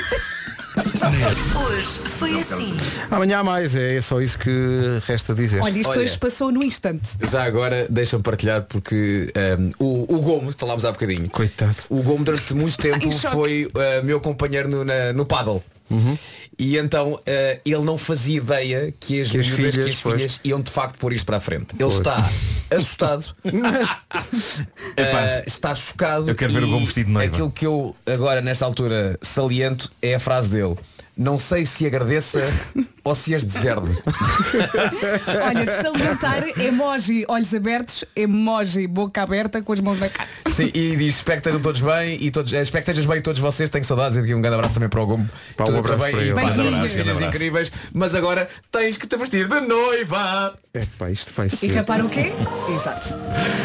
Hoje foi assim. Amanhã há mais, é só isso que resta dizer. Olha, isto hoje passou no instante. Já agora deixa-me partilhar porque ahm, o, o Gomo, que falámos há bocadinho. Coitado. O Gomo durante muito tempo Ai, choque. foi ah, meu companheiro no, na- no paddle. Uhum. E então ah, ele não fazia ideia que as, Que as miúdas, que filhas, as pois. filhas iam de facto pôr isto para a frente. Ele Pois. está assustado. Ah, está chocado. Eu quero ver e o Gomo vestido de noiva. Aquilo que eu agora nesta altura saliento é a frase dele. Não sei se agradeça ou se as deserde. Olha, de salientar, emoji, olhos abertos, emoji, boca aberta, com as mãos na cara. Sim, e diz, espero que estejam todos bem e todos, eh, espero que estejam bem e todos vocês tenho saudades e aqui um grande abraço também para o Gomo. Pá, um Tudo abraço bem para ele. e para Grande as abraço, grande filhas abraço. incríveis, mas agora tens que te vestir de noiva. É pá, isto vai E ser. rapar o quê? Exato.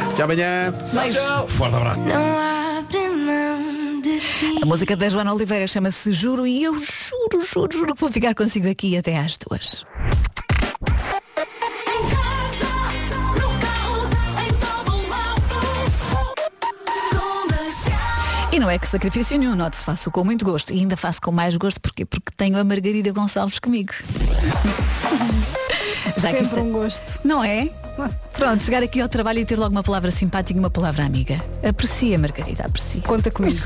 Até amanhã. Forte abraço. Não abre mão de ti. A música da Joana Oliveira chama-se Juro e eu juro, juro, juro que vou ficar consigo aqui até às duas. Em casa, no carro, em todo lado. Comercial. E não é que sacrifício nenhum, note-se, faço com muito gosto. E ainda faço com mais gosto, porquê? Porque tenho a Margarida Gonçalves comigo. Já que isto- Sempre um gosto. Não é? Pronto, chegar aqui ao trabalho e ter logo uma palavra simpática e uma palavra amiga. Aprecia, Margarida, aprecia. Conta comigo.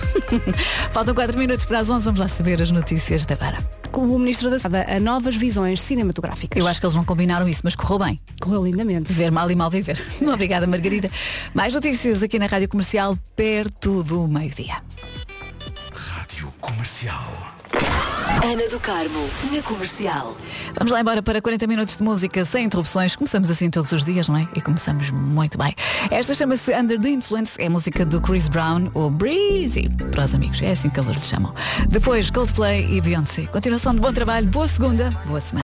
Faltam 4 minutos para as 11, vamos lá saber as notícias da Bara. Com o Ministro da Sada a novas visões cinematográficas. Eu acho que eles não combinaram isso, mas correu bem. Correu lindamente. Ver mal e mal viver. Obrigada, Margarida. Mais notícias aqui na Rádio Comercial, perto do meio-dia. Ana do Carmo, na comercial. Vamos lá embora para 40 minutos de música sem interrupções. Começamos assim todos os dias, não é? E começamos muito bem. Esta chama-se Under the Influence, é a música do Chris Brown, ou Breezy, para os amigos, é assim que eles lhe chamam. Depois, Coldplay e Beyoncé. Continuação de bom trabalho, boa segunda, boa semana.